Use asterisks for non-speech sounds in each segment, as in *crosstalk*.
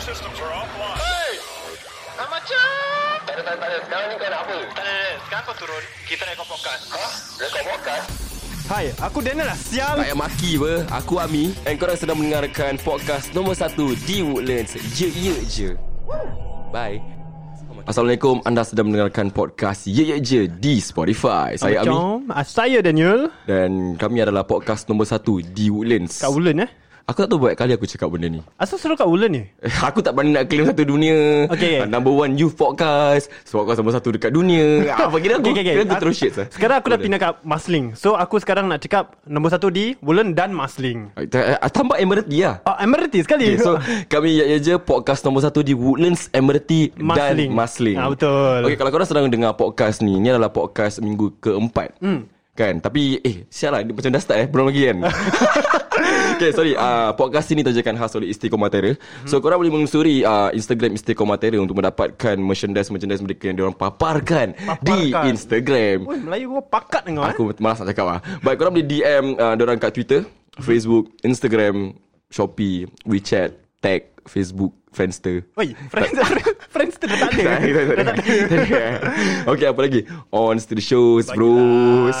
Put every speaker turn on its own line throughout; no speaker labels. systems are offline.
Hey! Ah, macam.
Tak ada, tak ada, tak ada. Sekarang ni kau nak apa?
Tak ada, tak ada. Sekarang kau turun. Kita nak ikut podcast.
Ha? Rekod podcast?
Hai, aku Daniel lah sial.
Tak payah maki apa Aku Ami And korang sedang mendengarkan Podcast nombor 1 Di Woodlands Ye ye je Bye Assalamualaikum Anda sedang mendengarkan podcast Ye ye je Di Spotify Saya Ami
Macam, ah, saya Daniel.
Dan kami adalah podcast nombor 1 Di Woodlands
Kat Ulen eh.
Aku tak tahu berapa kali aku cakap benda ni *laughs*
Asal selalu kat Ulen ni?
Aku tak pandai nak claim satu dunia
Okay, okay.
Ah, Number one youth podcast So podcast nombor satu dekat dunia
*laughs*
Ah, Apa kira aku
Okay, okay, okay.
Kira aku terus shit sah.
Sekarang aku dah pindah kat Masling. So, aku sekarang nak cakap nombor satu di Ulen dan Masling.
Ah, tak- ah, Tambah emeriti lah
Oh, emeriti sekali.
Okay,
*laughs*
so kami Yak Ya Je Podcast nombor satu di Woodlands, Emirati
Masling.
dan Masling
Ah, betul.
Okay, kalau korang sedang dengar podcast ni Ni adalah podcast minggu keempat hmm. Kan, tapi eh sial lah, dia macam dah start eh, belum lagi
*laughs*
kan Okay, sorry uh, Podcast ini terjakan khas oleh Istiqomatera hmm. So korang boleh mengusuri uh, Instagram Istiqomatera Untuk mendapatkan merchandise-merchandise mereka Yang diorang paparkan, di
Paparkan.
Instagram
Oi, Melayu kau pakat eh? dengan
Aku malas nak cakap lah Baik korang boleh DM uh, Diorang kat Twitter Facebook Instagram Shopee WeChat Tag Facebook Friendster
Oi, friends, *laughs* friends tu dah tak ada.
Tak, tak, tak,
dah
tak.
tak ada.
*laughs* Okay apa lagi On to the shows bros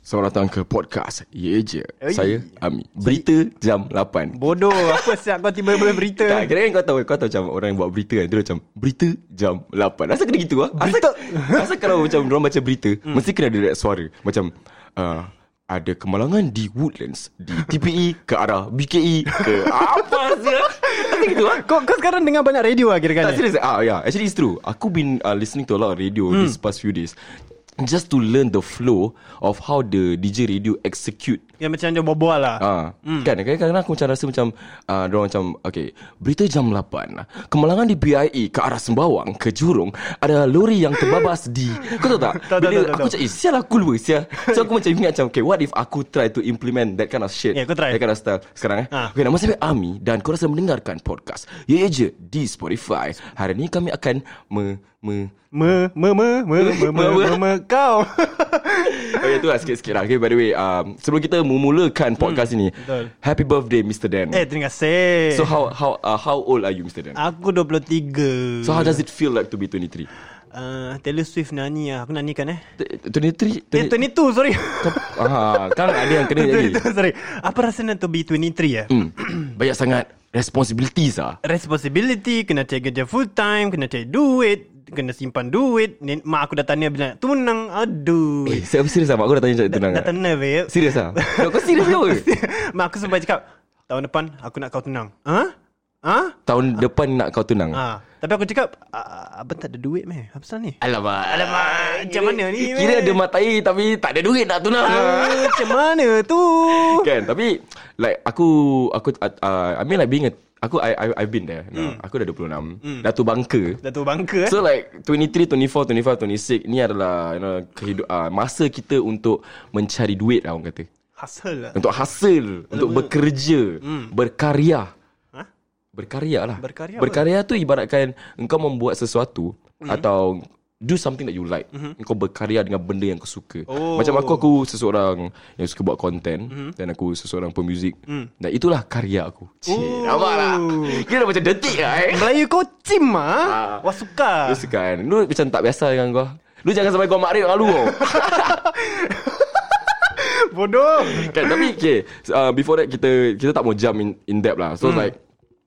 Selamat datang ke podcast Ye Je
Oi.
Saya Ami Berita jam 8
Bodoh, apa siap kau tiba-tiba berita.
tak, kira kan kau tahu Kau tahu macam orang yang buat berita kan Dia macam Berita jam 8 Asal kena gitu lah Asal, *laughs* asal kalau macam Orang baca berita hmm. Mesti kena ada that suara Macam uh, Ada kemalangan di Woodlands Di TPE Ke arah BKE Ke *laughs* apa sih Asal gitu lah
Kau, kau sekarang dengar banyak radio lah kira-kira
tak
ni.
serious ah yeah actually it's true aku been uh, listening to a lot of radio these past few days just to learn the flow of how the DJ radio execute
Yang macam dia berbual lah.
Ah, hmm. kan kadang-kadang aku macam rasa macam ah uh, macam okey, berita jam 8. Kemalangan di BIE ke arah Sembawang ke Jurong ada lori yang terbabas di
*laughs*
kau tahu tak?
Tahu, tahu,
Bila
tahu,
aku
tahu.
macam eh sial aku lupa sial. So
*laughs*
aku macam ingat macam okay, what if aku try to implement that kind of shit.
Yeah, kau try.
That kind of style sekarang eh.
Ah.
Okay, nama saya Ami dan korang sedang mendengarkan podcast. Ya ya je di Spotify. Hari ni kami akan me,
*laughs*
me
Me, me, me, me, me,
*laughs*
me, me, me, kau. *laughs*
Okay, tu lah sikit-sikit lah. Okay, by the way, um, sebelum kita memulakan podcast ini,
Hmm, betul.
happy birthday Mr. Dan.
eh, terima kasih.
So how how uh, how old are you, Mr. Dan?
Aku 23
So how does it feel like to be 23?
uh, Taylor Swift nyanyi lah Aku nyanyikan eh
T- 23?
Eh
20,
22 sorry
ah, kan ada yang
*laughs*
kena *laughs* jadi.
22 sorry Apa rasanya to be 23 eh
Hmm. Banyak sangat responsibilities ah.
Responsibility Kena cari kerja full time Kena cari duit Kena simpan duit Ni, Mak aku dah tanya bila nak tunang Aduh
Eh, saya serius sama aku dah tanya macam tunang.
Dah
tak?
tunang babe
Serius
*laughs*
ah? Kau *laughs* kau serius ke? apa?
Mak aku sempat cakap Tahun depan aku nak kau tunang Ha? Ha?
Tahun depan nak kau tunang.
Ha. Tapi aku cakap "Ah, Abang tak ada duit meh Apa pasal ni?
Alamak.
Alamak, macam mana ni,
Kira
weh?
ada matai tapi tak ada duit nak tunang.
Ah, Macam mana
*laughs*
tu?
kan tapi like aku aku uh, I mean like being a aku I, I I've been there. No, Aku dah 26. Hmm. Dah tu bangka.
Dah tu bangka eh
So like 23, 24, 25, 26 Ni adalah you know, kehidup, uh, Masa kita untuk Mencari duit lah orang kata
Hustle lah
Untuk hasil Untuk bekerja Berkarya
Ha?
Berkarya lah
Hmm. Berkarya apa? Hmm.
Berkarya tu ibaratkan Engkau membuat sesuatu Atau Do something that you like Engkau berkarya dengan benda yang kau
Mhm.
suka
Oh. Mhm.
Macam aku, aku seseorang Yang suka buat konten Dan aku seseorang pemuzik Dan itulah karya aku
Hmm.
Cik,
Oh.
nampak lah Kira macam detik lah eh
Melayu kau cim ah.
Ah.
Wah
*laughs*
suka.
Lu suka kan Lu macam tak biasa dengan gua Lu jangan sampai gua makrif dengan lu
*laughs*
tau.
Bodoh.
kan, Tapi okay uh, Before that kita Kita tak mau jump in, in depth lah
Hmm.
So like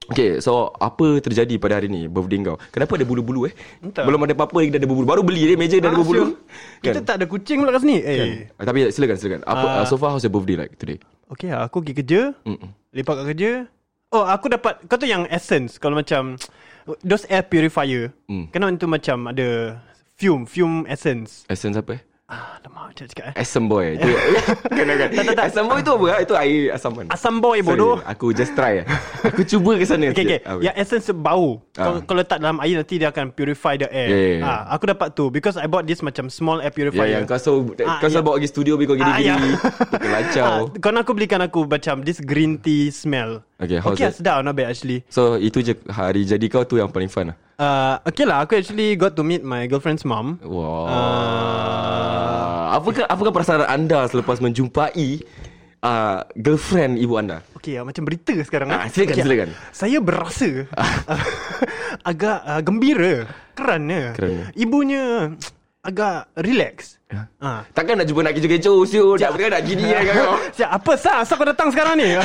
Okay so Apa terjadi pada hari ni Birthday kau Kenapa ada bulu-bulu eh
Entah.
Belum ada apa-apa lagi Dah ada bulu-bulu Baru beli dia meja Dah
Ah,
ada bulu-bulu
sure. Kita
Kan?
tak ada kucing pula kat sini. Eh.
Ah, Tapi silakan silakan apa,
Ah.
uh, So far how's your birthday like today
Okey, ah, aku pergi kerja. Mm-mm. Lepak kat kerja. Oh, aku dapat kau tu yang essence kalau macam those air purifier. Mm. Kena itu macam ada fume, fume essence.
Essence apa eh
Ah, lemak macam cakap eh.
Asam
*laughs*
boy Itu- Kena kan Asam boy tu apa ah? Itu air asaman
Asam boy
Sorry,
bodoh.
Aku just try eh. Aku cuba ke
Okay,
sana
Ya. okay.
sikit. Ah,
Yang essence bau. Kalau,
Ah.
kalau letak dalam air nanti dia akan purify the air.
Yeah, yeah, yeah.
Ah, aku dapat tu because I bought this macam small air
Ya,
purifier.
yang kau selalu
Ah,
Kau
ya.
selalu bawa pergi studio Bagi kau gini-gini
Ah, ya.
Kau Kacau
*laughs* Ah, kawan aku belikan aku macam this green tea smell.
Okay, how's
okay,
it?
sedap not bad actually.
So itu je hari jadi kau tu yang paling fun lah
Uh, okay lah, aku actually got to meet my girlfriend's mom.
Wow
Uh,
Apakah apakah perasaan anda selepas menjumpai uh, girlfriend ibu anda?
okay, ah, macam berita sekarang. eh.
Ah, silakan,
okay,
silakan. Ah.
Saya berasa *laughs* agak uh, gembira kerana,
Kerana?
ibunya agak relax.
Ya.
Ah.
Takkan nak jumpa nak kecoh-kecoh siul, nak nak gini kan *laughs* kau.
*laughs* Siap, apa sah? Asal kau datang sekarang
*laughs*
ni?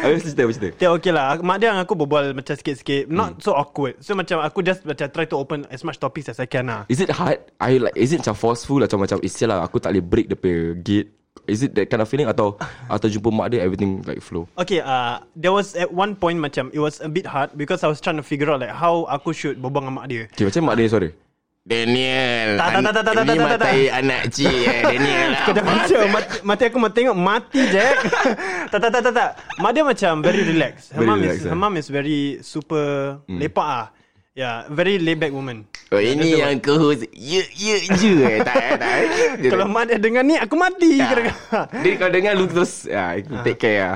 Habis cerita habis cerita.
Okay, okay lah. Mak dia dengan aku berbual macam sikit-sikit.
Hmm.
Not so awkward. So macam aku just macam try to open as much topics as I can lah.
Is it hard? I like is it macam forceful atau macam is lah aku tak boleh break the pay gate. Is it that kind of feeling *sighs* atau atau jumpa mak dia everything like flow?
Okay, uh, there was at one point macam it was a bit hard because I was trying to figure out like how aku should berbual dengan mak dia.
Okay, macam mak dia suara. Daniel
Tak, tak, tak, tak, tak, tak, tak, tak, tak.
anak cik eh Daniel *laughs*
Kau dah baca mati, mati aku mau tengok Mati Jack *laughs* Tak tak tak tak tak Mak dia macam Very relaxed Her
Very
mom is
relaxed, eh? Hmm.
Her mom is very Super Lepak ah Yeah Very laid back woman
Oh, ini yang co-host Ye ye je eh Tak eh tak eh *laughs* Dia-
Kalau mak dia dengar ni Aku mati
Ya.
*laughs* kadang-kadang.
Dia kalau dengar Lu terus ah, Take care lah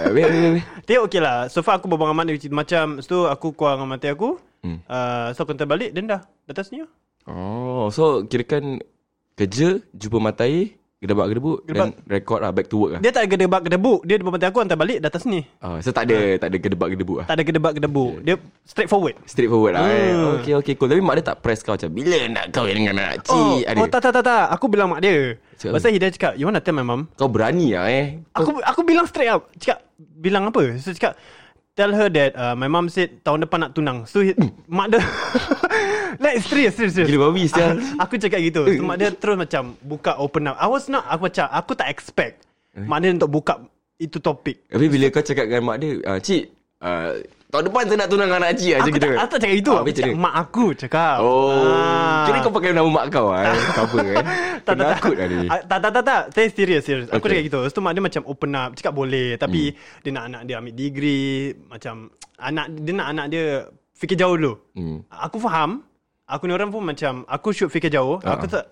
Ah, Wait wait wait
Tapi okay lah So far aku berbual dengan mak dia which is Macam Lepas tu aku keluar dengan mati aku
Hmm.
uh, So aku hantar balik Then dah Datang sini lah.
Oh So kirakan Kerja Jumpa matai Gedebak gedebuk Dan record lah Back to work lah
Dia tak ada gedebak-gedebuk Dia depan mati aku hantar balik Datang sini
oh, So tak
Ah.
ada Tak ada gedebak gedebuk lah
Tak ada gedebak-gedebuk Dia straight forward
Straight forward lah eh.
Hmm.
Okay okay cool Tapi mak dia tak press kau Macam bila nak kahwin dengan anak
Oh,
cik Ada.
oh tak tak tak tak Aku bilang mak dia
Cakap
Pasal dia cakap You want to tell my mom
Kau berani lah eh
Aku aku bilang straight up. Cakap bilang apa? So cakap tell her that uh, my mom said tahun depan nak tunang. So he, mak dia *laughs* Like serious serious serious
Hmm. Gila babi, sial.
Ah, Aku cakap gitu so, Mak dia
*laughs*
terus macam Buka open up I was not Aku macam Aku tak expect
Eh?
Mak dia untuk buka Itu topik
Tapi bila kau cakap dengan mak dia ah, Cik ah, Tahun depan saya nak tunang dengan anak cik lah,
Aku
macam
tak,
gitu.
aku tak cakap itu
Ah,
Aku
macam
cakap
dia.
mak aku cakap
Oh
Ah.
Kira kau pakai nama mak kau lah eh. Cover eh
*laughs* tak, tak,
Penakut lah
tak.
ni
Ah, tak, tak, tak, tak. Saya serius, serius. Aku
Okay. Hmm.
cakap gitu. Lepas tu mak dia macam open up. Cakap boleh. Tapi dia nak anak dia ambil degree. Macam anak dia nak anak dia fikir jauh dulu.
Hmm.
Aku faham. Aku ni orang pun macam Aku should fikir jauh Aku tak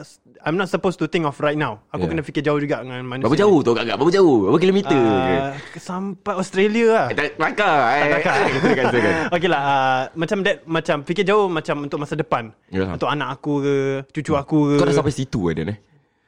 I'm not supposed to think of right now Aku
Ah. Yeah.
kena fikir jauh juga Dengan manusia
Berapa jauh tu agak Berapa jauh Berapa kilometer ke
Ah, Sampai Australia lah
Eh, Tak kelakar eh.
kelakar.
Silakan silakan
Okay lah uh, Macam that Macam fikir jauh Macam untuk masa depan
Yalah.
Untuk anak aku ke Cucu aku ke
Ya. Kau dah sampai situ ada eh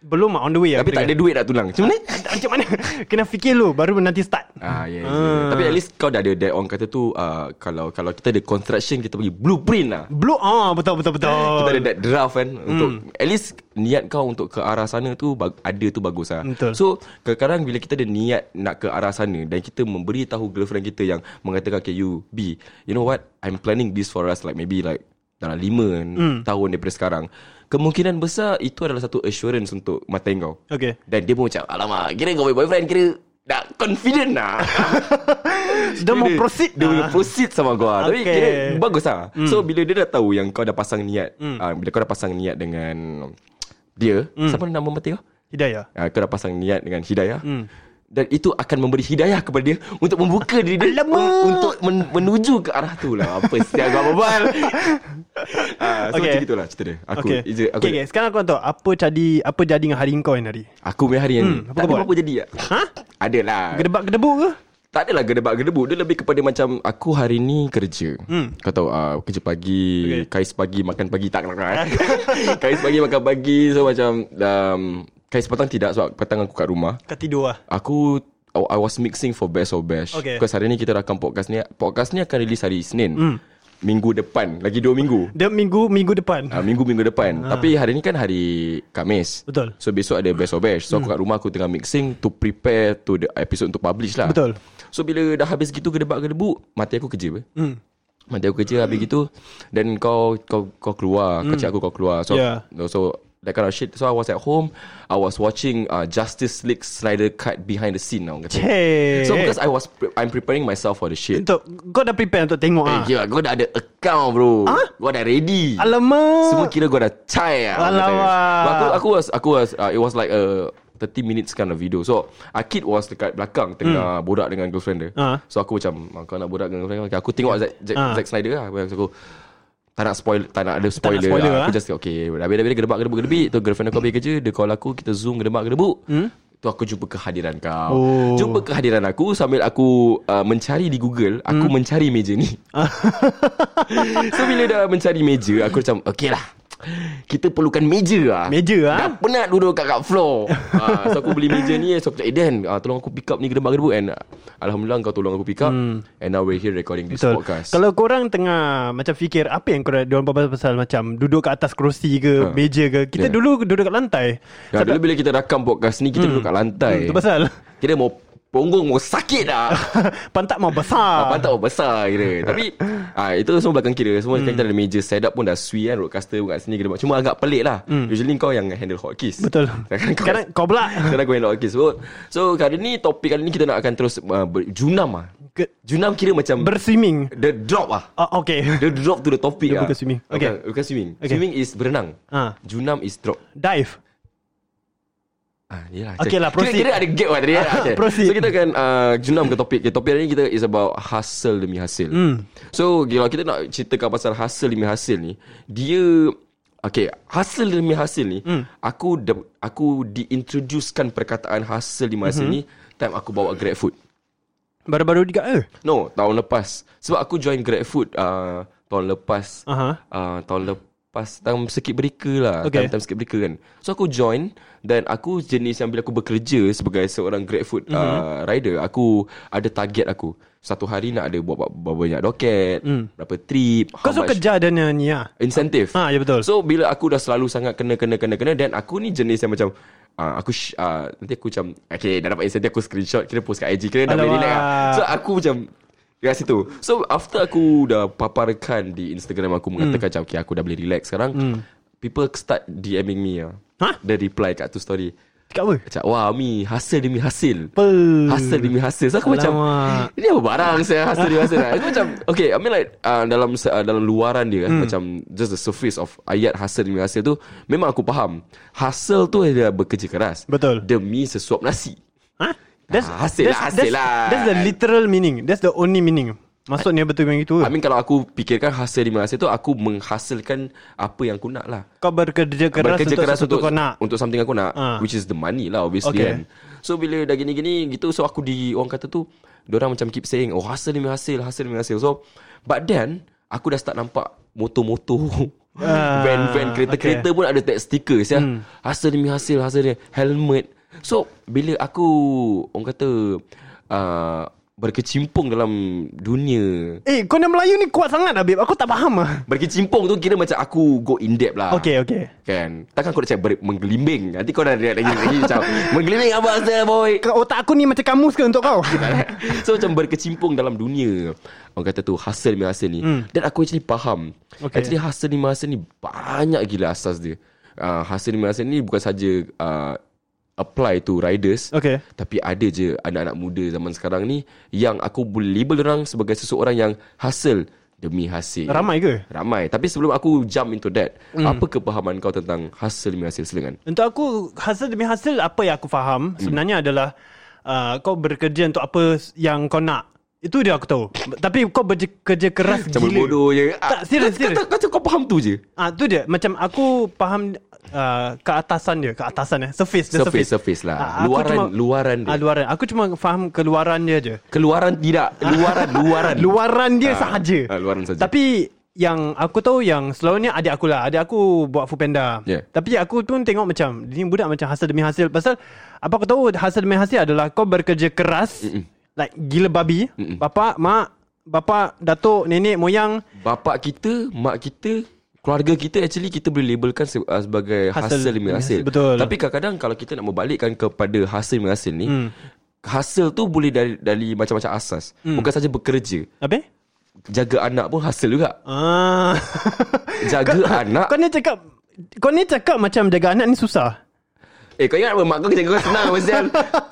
Belum lah on the way
Tapi tak ada duit nak tulang Macam mana
*laughs* Macam mana Kena fikir dulu Baru nanti start
Ah, yes, yes. Tapi at least kau dah ada That orang kata tu ah, Kalau kalau kita ada construction Kita pergi blueprint lah
Blue ah betul betul betul. Hmm.
Kita ada that draft kan untuk At least niat kau untuk ke arah sana tu bag- Ada tu bagus lah
Betul.
So kadang-kadang bila kita ada niat Nak ke arah sana Dan kita memberi tahu girlfriend kita Yang mengatakan Okay you B You know what I'm planning this for us Like maybe like Dalam lima
Hmm.
tahun daripada sekarang Kemungkinan besar Itu adalah satu assurance Untuk mata kau
Okay.
Dan dia pun macam Alamak Kira kau punya boyfriend Kira dah confident lah
*laughs* Dia mau proceed.
Dia
ah.
boleh proceed sama kau okay. Tapi
Okay.
kira bagus lah mm. So bila dia dah tahu Yang kau dah pasang niat mm. uh, Bila kau dah pasang niat dengan Dia mm. Siapa nama mati kau?
Hidayah.
Uh, kau dah pasang niat dengan hidayah mm. Dan itu akan memberi hidayah kepada dia Untuk membuka diri dia
Alamak.
un- Untuk men- menuju ke arah tu lah Apa setiap kau
*laughs*
berbual uh, So
Okay.
okay. macam itulah cerita dia Aku
okay.
is it- aku,
okay, okay, sekarang aku nak tahu apa jadi apa jadi dengan hari kau yang hari?
aku punya hari ni
apa
Tak
kau
ada
buat?
apa-apa jadi tak? lah.
Ha?
Adalah
Gedebak gedebuk ke?
Tak adalah gedebak-gedebuk Dia lebih kepada macam Aku hari ni kerja Kau tahu uh, Kerja pagi okay. Kais pagi Makan pagi Tak nak *laughs* eh. Kais pagi makan pagi So macam um, Kais petang tidak Sebab petang aku kat rumah
Kau tidur ah.
Aku oh, I I was mixing for best of best
Okay.
Because hari ni kita rakam podcast ni Podcast ni akan release hari Isnin Minggu depan Lagi dua minggu
Dia minggu minggu depan.
Uh, minggu minggu depan Tapi hari ni kan hari Kamis
Ah. Betul. Hmm.
So besok ada best of best So aku kat rumah aku tengah mixing To prepare to the episode untuk publish lah
Betul.
So bila dah habis gitu gedebak-gedebuk Mati aku kerja apa
Hmm.
Mati aku kerja habis gitu Dan kau kau kau keluar Kau cakap aku kau keluar So
Hmm. Yeah.
so that kind of shit. So I was at home, I was watching uh, Justice League Snyder cut behind the scene now.
Cik.
So because I was pre- I'm preparing myself for the shit.
Untuk Kau dah prepare untuk tengok ah.
Eh, yeah, kau dah ada account bro. Huh? Kau dah ready.
Alamak.
Semua kira kau dah chai lah. orang kata.
Alamak.
But Aku, aku was, aku was, uh, it was like a 30 minutes kind of video. So, Akid was dekat belakang tengah hmm. borak dengan girlfriend dia.
Ah.
So, aku macam, "Ah, kau nak borak dengan girlfriend? Okay, aku tengok Zack, Zack,
Ah.
Zack Snyder lah. Aku, aku tak nak spoil Tak nak ada spoiler,
spoiler
lah. Aku
lah.
just cakap Okay Habis-habis dia gedebak-gedebuk-gedebik Tu girlfriend aku habis kerja Dia call aku Kita zoom gedebak-gedebuk hmm? Tu aku jumpa kehadiran kau
Oh.
Jumpa kehadiran aku Sambil aku uh, Mencari di Google Aku mencari meja ni So bila dah mencari meja Aku macam Okay lah kita perlukan meja lah
Meja lah.
Dah penat duduk kat, kat floor uh, So aku beli meja ni So aku cakap Eh Dan uh, Tolong aku pick up ni gedebak-gedebuk And uh, Alhamdulillah kau tolong aku pick up And now we're here recording this
Hmm. Betul.
podcast
Kalau korang tengah macam fikir apa yang korang diorang berbual pasal macam duduk kat atas kerusi ke,
Ha.
meja ke, kita
Yeah.
dulu duduk kat lantai.
Ya, dulu bila kita rakam podcast ni Kita duduk kat lantai
Itu Hmm. pasal
Kira mau Punggung mau
*laughs*
sakit lah
Oh, pantat mau besar.
Apa tak besar kira Tapi ah, Itu semua belakang kira Semua hmm. kita ada meja Set up pun dah sui kan Roadcaster pun kat sini kena buat. Cuma agak pelik lah Usually kau yang handle hotkeys
Hmm. Betul. Sekarang kau pula.
Sekarang kau handle hotkeys So, so kali ni Topik kali ni kita nak akan terus uh, ber, Junam lah
Ke,
Junam kira macam
berswimming.
The drop lah
Oh, okay.
The drop to the topic
Dia
lah
bukan swimming. Okay.
Bukan, bukan swimming
Okay.
Swimming is berenang
Ah.
Junam is drop
Dive.
Ah, yelah,
Okay lah, proceed.
Kira, kira ada gap lah tadi
*laughs* Ah,
ah, okay.
proceed.
So kita akan uh, Junam ke topik okay, Topik hari ni kita Is about Hustle demi hasil
Hmm.
mm. So kalau kita nak Ceritakan pasal Hustle demi hasil ni Dia Okay Hustle demi hasil ni
Hmm.
mm. Aku de- Aku diintroducekan Perkataan hustle demi hasil mm-hmm.
Hmm.
ni Time aku bawa GrabFood
Baru-baru juga eh.
No Tahun lepas Sebab aku join GrabFood uh, Tahun lepas
Aha.
uh, Tahun lepas Time circuit breaker lah
Okay.
okay. Time, time circuit breaker kan So aku join Dan aku jenis yang Bila aku bekerja Sebagai seorang GrabFood mm-hmm.
Mhm.
uh, rider Aku Ada target aku Satu hari nak ada Buat berapa banyak doket mm. Berapa trip
Hmm. Kau suka kerja dan yang ni ah.
Insentif
Ah, ya betul.
So bila aku dah selalu sangat kena kena kena kena dan aku ni jenis yang macam Uh, aku sh- uh, nanti aku macam Okay dah dapat insentif Aku screenshot Kira post kat IG Kira dah boleh
Alamak.
relax lah So aku macam Dekat situ So after aku dah paparkan Di Instagram aku
Hmm.
Mengatakan macam Okay aku dah boleh relax sekarang People start DMing me lah
Hah?
Dia reply kat tu story
Dekat apa?
Macam wah Mi Hasil demi hasil
Apa?
Hasil demi hasil So aku
Alamak.
macam Ini apa barang saya Hasil demi hasil Aku
*laughs*
macam Okay I mean like uh, Dalam uh, dalam luaran
Hmm.
dia kan Macam Just the surface of Ayat hasil demi hasil tu Memang aku faham Hasil tu dia bekerja keras
Betul.
Demi sesuap nasi
Huh? Ha? That's,
Ah, hasil lah, hasil
that's,
lah.
That's the literal meaning. That's the only meaning. Maksudnya betul memang itu.
I mean kalau aku fikirkan Hasil demi hasil tu Aku menghasilkan Apa yang aku nak lah
Kau bekerja keras
bekerja
untuk
keras
sesuatu
untuk
kau nak.
untuk something aku nak
Ah.
which is the money lah obviously
Okay.
okay. kan so bila dah gini-gini gitu so aku di orang kata tu orang macam keep saying oh hasil demi hasil hasil demi hasil so but then aku dah start nampak motor-motor
Ah, Hmm.
van-van kereta-kereta pun ada tag stiker ya hasil demi hasil hasil demi helmet so bila aku orang kata uh, berkecimpung dalam dunia
Eh, kau yang Melayu ni kuat sangat Habib. Aku tak faham ah.
berkecimpung tu kira macam aku go in depth lah
Okay, okay.
Kan Takkan kau nak cakap ber- menggelimbing Nanti kau dah react lagi lagi Macam Menggelimbing apa saya boy *laughs*
Kau- Otak aku ni macam kamus ke untuk kau?
So macam berkecimpung dalam dunia Orang kata tu Hasil demi hasil ni Dan aku actually faham
Hmm. Okay.
okay. Actually hasil demi hasil ni Banyak gila asas dia uh, Hasil demi hasil ni Bukan saja uh, Apply to riders
Okay.
Tapi ada je Anak-anak muda zaman sekarang ni Yang aku boleh label orang Sebagai seseorang yang Hasil demi hasil
Ramai Hmm. ke?
Ramai Tapi sebelum aku jump into that mm. Apa kepahaman kau tentang Hasil demi hasil Silakan
Untuk aku hasil demi hasil apa yang aku
Hmm.
faham sebenarnya adalah uh, kau bekerja untuk apa yang kau nak. Itu dia aku tahu. Tapi kau bekerja keras
Macam
gila.
bodoh je
Tak,
Ah,
serius,
kau-
serius.
Kau, kau, kau, kau faham tu je
Ah tu dia macam aku faham uh, keatasan dia, keatasan eh, surface dia
Surface,
surface. Ah,
surface lah.
aku
Luaran- luaran dia.
Ah luaran. Aku cuma faham keluaran dia je.
Keluaran tidak
*laughs*
Luaran Luaran
Luaran dia sahaja.
ah, luaran sahaja.
Tapi yang aku tahu yang selalunya adik aku lah. Adik aku buat food panda.
Yeah.
Tapi aku tu tengok macam ni budak macam hasil demi hasil. Pasal apa aku tahu hasil demi hasil adalah kau bekerja keras Mm-mm. like gila babi. Mm-mm. Bapa, mak, bapa, datuk, nenek, moyang
Bapak kita Mak kita Keluarga kita actually Kita boleh labelkan se- ah, Sebagai
Hasil
hasil, hasil demi
demi
hasil
hasil, betul.
Tapi kadang-kadang Kalau kita nak membalikkan Kepada hasil demi hasil ni hmm. Hasil tu boleh dari, dari macam-macam asas hmm. Bukan saja bekerja
apa?
Jaga anak pun hasil juga *laughs*
Ah.
Jaga anak
Kau ni cakap Kau ni cakap macam jaga anak ni susah
Eh kau ingat apa Mak kau kerja kau senang
*laughs*
Mazial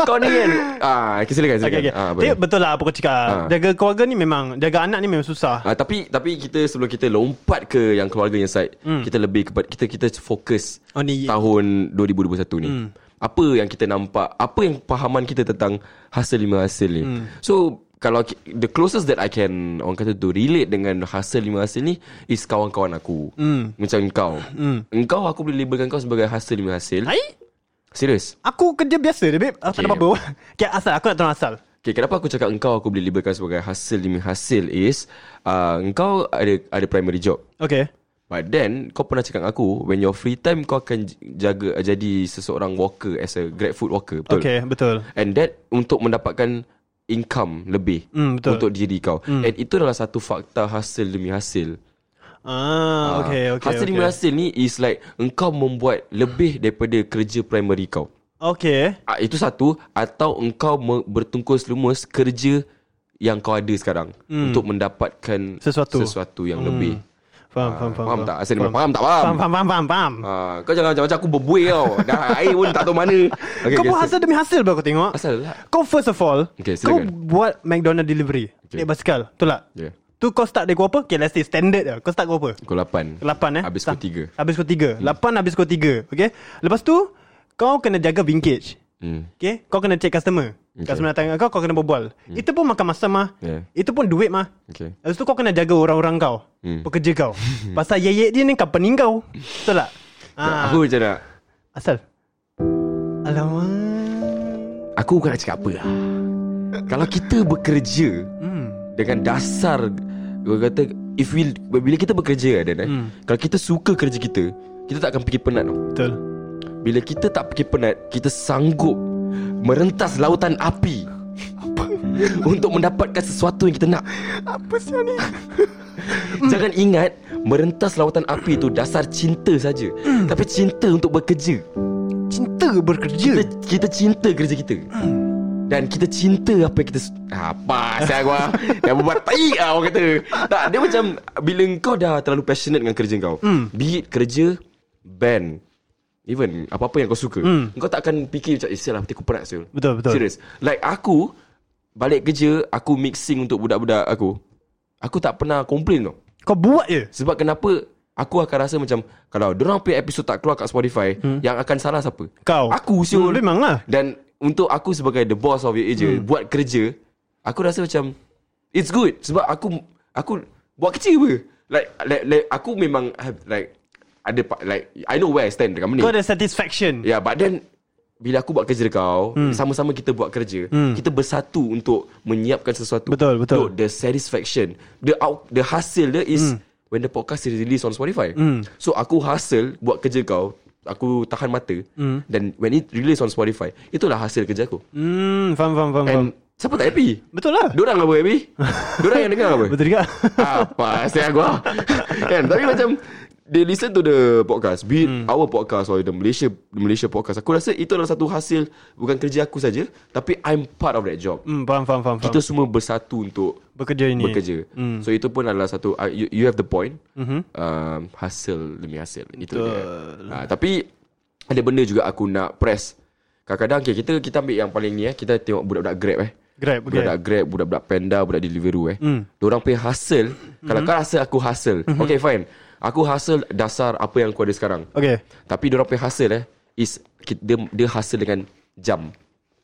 Kau ni kan ah, okay, Silakan silakan
Okay, okay.
Ah,
Ha,
boleh.
Tapi betul lah apa kau cakap ha.
Ah.
Jaga keluarga ni memang Jaga anak ni memang susah
Ah, tapi tapi kita sebelum kita lompat ke yang keluarga yang side, mm. kita lebih kepada kita kita fokus
Hmm. Oh, ni- Hmm.
tahun 2021 ni. Mm. Apa yang kita nampak, apa yang pahaman kita tentang hasil lima hasil ni. Mm.
Hmm.
So kalau ki- the closest that I can orang kata tu relate dengan hasil lima hasil ni is kawan-kawan aku.
Hmm.
Mm. Macam kau. Mm. Engkau aku boleh labelkan kau sebagai hasil lima hasil.
Hai
Serius.
Aku kerja biasa je babe Aku tak ada
Okay.
apa-apa *laughs* Okay asal Aku nak tahu asal
Okay, kenapa aku cakap engkau aku boleh labelkan sebagai hasil demi hasil is uh, engkau ada ada primary job.
Okay
But then kau pernah cakap dengan aku when your free time kau akan j- jaga jadi seseorang walker as a grab food walker betul.
Okay betul
And that untuk mendapatkan income lebih
Hmm, betul.
untuk diri kau. And itu adalah satu fakta hasil demi hasil.
Ah, okay, okay,
hasil
okay.
demi hasil ni is like engkau membuat lebih daripada kerja primary kau.
Okay.
Ah, itu satu atau engkau me- bertungkus lumus kerja yang kau ada sekarang hmm. untuk
Mm.
mendapatkan
Sesuatu.
sesuatu yang hmm. lebih.
Faham,
Ah,
faham, faham.
faham tak? Hasil faham. faham tak faham?
Faham, faham, faham, faham. faham.
Ah, kau jangan macam-macam aku berbuih tau. Dah air pun tak tahu mana. Okay,
kau buat
so-
hasil demi hasil pun aku tengok.
Asal lah.
Kau first of all,
Okay,
kau
silakan.
buat McDonald delivery. Okay.
Okay.
Naik basikal, betul tak?
Yeah.
Tu kau start dari pukul apa? Okay, let's say standard lah. Kau start pukul apa?
Pukul
8
8.
eh?
Habis Hmm.
Start-
pukul 3.
Habis pukul 3. 8 habis pukul 3. Okay? Lepas tu, kau kena jaga vintage.
Hmm.
Okay? Kau kena check customer. Okay.
Okay.
Customer datang dengan kau, kau kena berbual. Itu pun makan masa mah.
Hmm. Yeah.
Itu pun duit mah.
Okay.
Lepas tu kau kena jaga orang-orang kau
Hmm.
Pekerja
*laughs*
kau Pasal yeyek dia ni company kau Betul tak?
Ya,
Ah,
Aku macam nak
Asal Alamak
Aku bukan nak cakap apa lah. Kalau kita bekerja
hmm.
dengan dasar kau kata if we bila kita bekerja dan eh,
Hmm.
kalau kita suka kerja kita, kita tak akan fikir penat tau.
Betul
Bila kita tak fikir penat Kita sanggup Merentas lautan api *laughs* Untuk mendapatkan sesuatu yang kita nak
Apa sih ni?
Mm. Jangan ingat Merentas lautan api itu Dasar cinta saja
Mm.
Tapi cinta untuk bekerja
Cinta
kita,
bekerja
kita cinta kerja kita
Mm.
Dan kita cinta apa yang kita su- Apa saya
*laughs*
gua Dah berbuat taik lah orang kata Tak dia macam Bila kau dah terlalu passionate dengan kerja kau
Mm.
Be it kerja Band Even apa-apa yang kau suka Kau tak akan fikir macam Eh sial lah nanti aku penat sial
Mm. Betul, betul.
Serius Like aku Balik kerja Aku mixing untuk budak-budak aku Aku tak pernah complain tau
Kau buat je
Sebab kenapa Aku akan rasa macam Kalau dorang punya episod tak keluar kat Spotify hmm. Yang akan salah siapa
Kau
Aku siul
hmm, Memang lah
dan untuk aku sebagai the boss of your agent hmm. buat kerja, aku rasa macam it's good sebab aku aku buat kerja apa. Like, like, like aku memang have, like ada pa- like I know where I stand dekat company.
Kau ada satisfaction
Yeah, Ya, but then bila aku buat kerja kau, hmm. sama-sama kita buat kerja, hmm. kita bersatu untuk menyiapkan sesuatu.
Betul, betul.
Look, the satisfaction, the out, the hasil dia is hmm. when the podcast is released on Spotify. Hmm. So aku hasil buat kerja kau, aku tahan mata hmm. dan when it released on Spotify, itulah hasil kerja aku.
Hmm Faham, faham, faham, faham.
And siapa tak happy?
Betul lah
Diorang apa happy?
*laughs*
Diorang yang dengar apa?
Betul juga *laughs*
Apa saya gua Kan Tapi macam They listen to the podcast Be it our podcast Or the Malaysia the Malaysia podcast Aku rasa itu adalah satu hasil Bukan kerja aku saja Tapi I'm part of that job
hmm, Faham, faham, faham, faham.
Kita semua bersatu untuk
Bekerja ini
Bekerja So itu pun adalah satu uh, you, you have the point um, Hasil demi hasil Itu dia Ah, Tapi Ada benda juga aku nak press Kadang-kadang okay, kita kita ambil yang paling ni eh kita tengok budak-budak Grab eh.
Grab, okay.
Budak-budak Grab, budak-budak Panda, budak Deliveroo eh.
Hmm.
Mm. Diorang punya hasil, kalau kau rasa aku hasil. Okay fine. Aku hasil dasar apa yang aku ada sekarang.
Okay
Tapi diorang punya hasil eh is ki- dia, dia hasil dengan jam.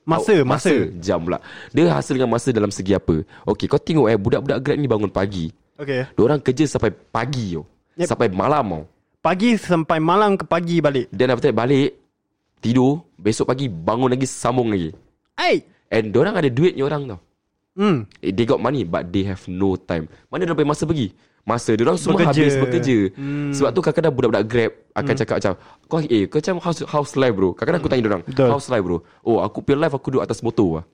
Masa,
Tau-
masa,
Jam pula. Dia hasil dengan masa dalam segi apa? Okay kau tengok eh budak-budak Grab ni bangun pagi.
Okay
Diorang kerja sampai pagi yo.
Yep.
Sampai malam tau.
Pagi sampai malam ke pagi balik
Then after that balik Tidur Besok pagi bangun lagi Sambung lagi
Hey
And orang ada duit ni orang tau
Hmm
Eh, They got money But they have no time Mana dia masa pergi Masa dia orang semua
Bekerja.
bekerja. habis bekerja hmm. Sebab tu kadang-kadang budak-budak grab Akan hmm. cakap macam Kau eh kau macam house, house life bro Kadang-kadang aku tanya dia orang
Hmm. Betul.
House life bro Oh aku punya life aku duduk atas motor lah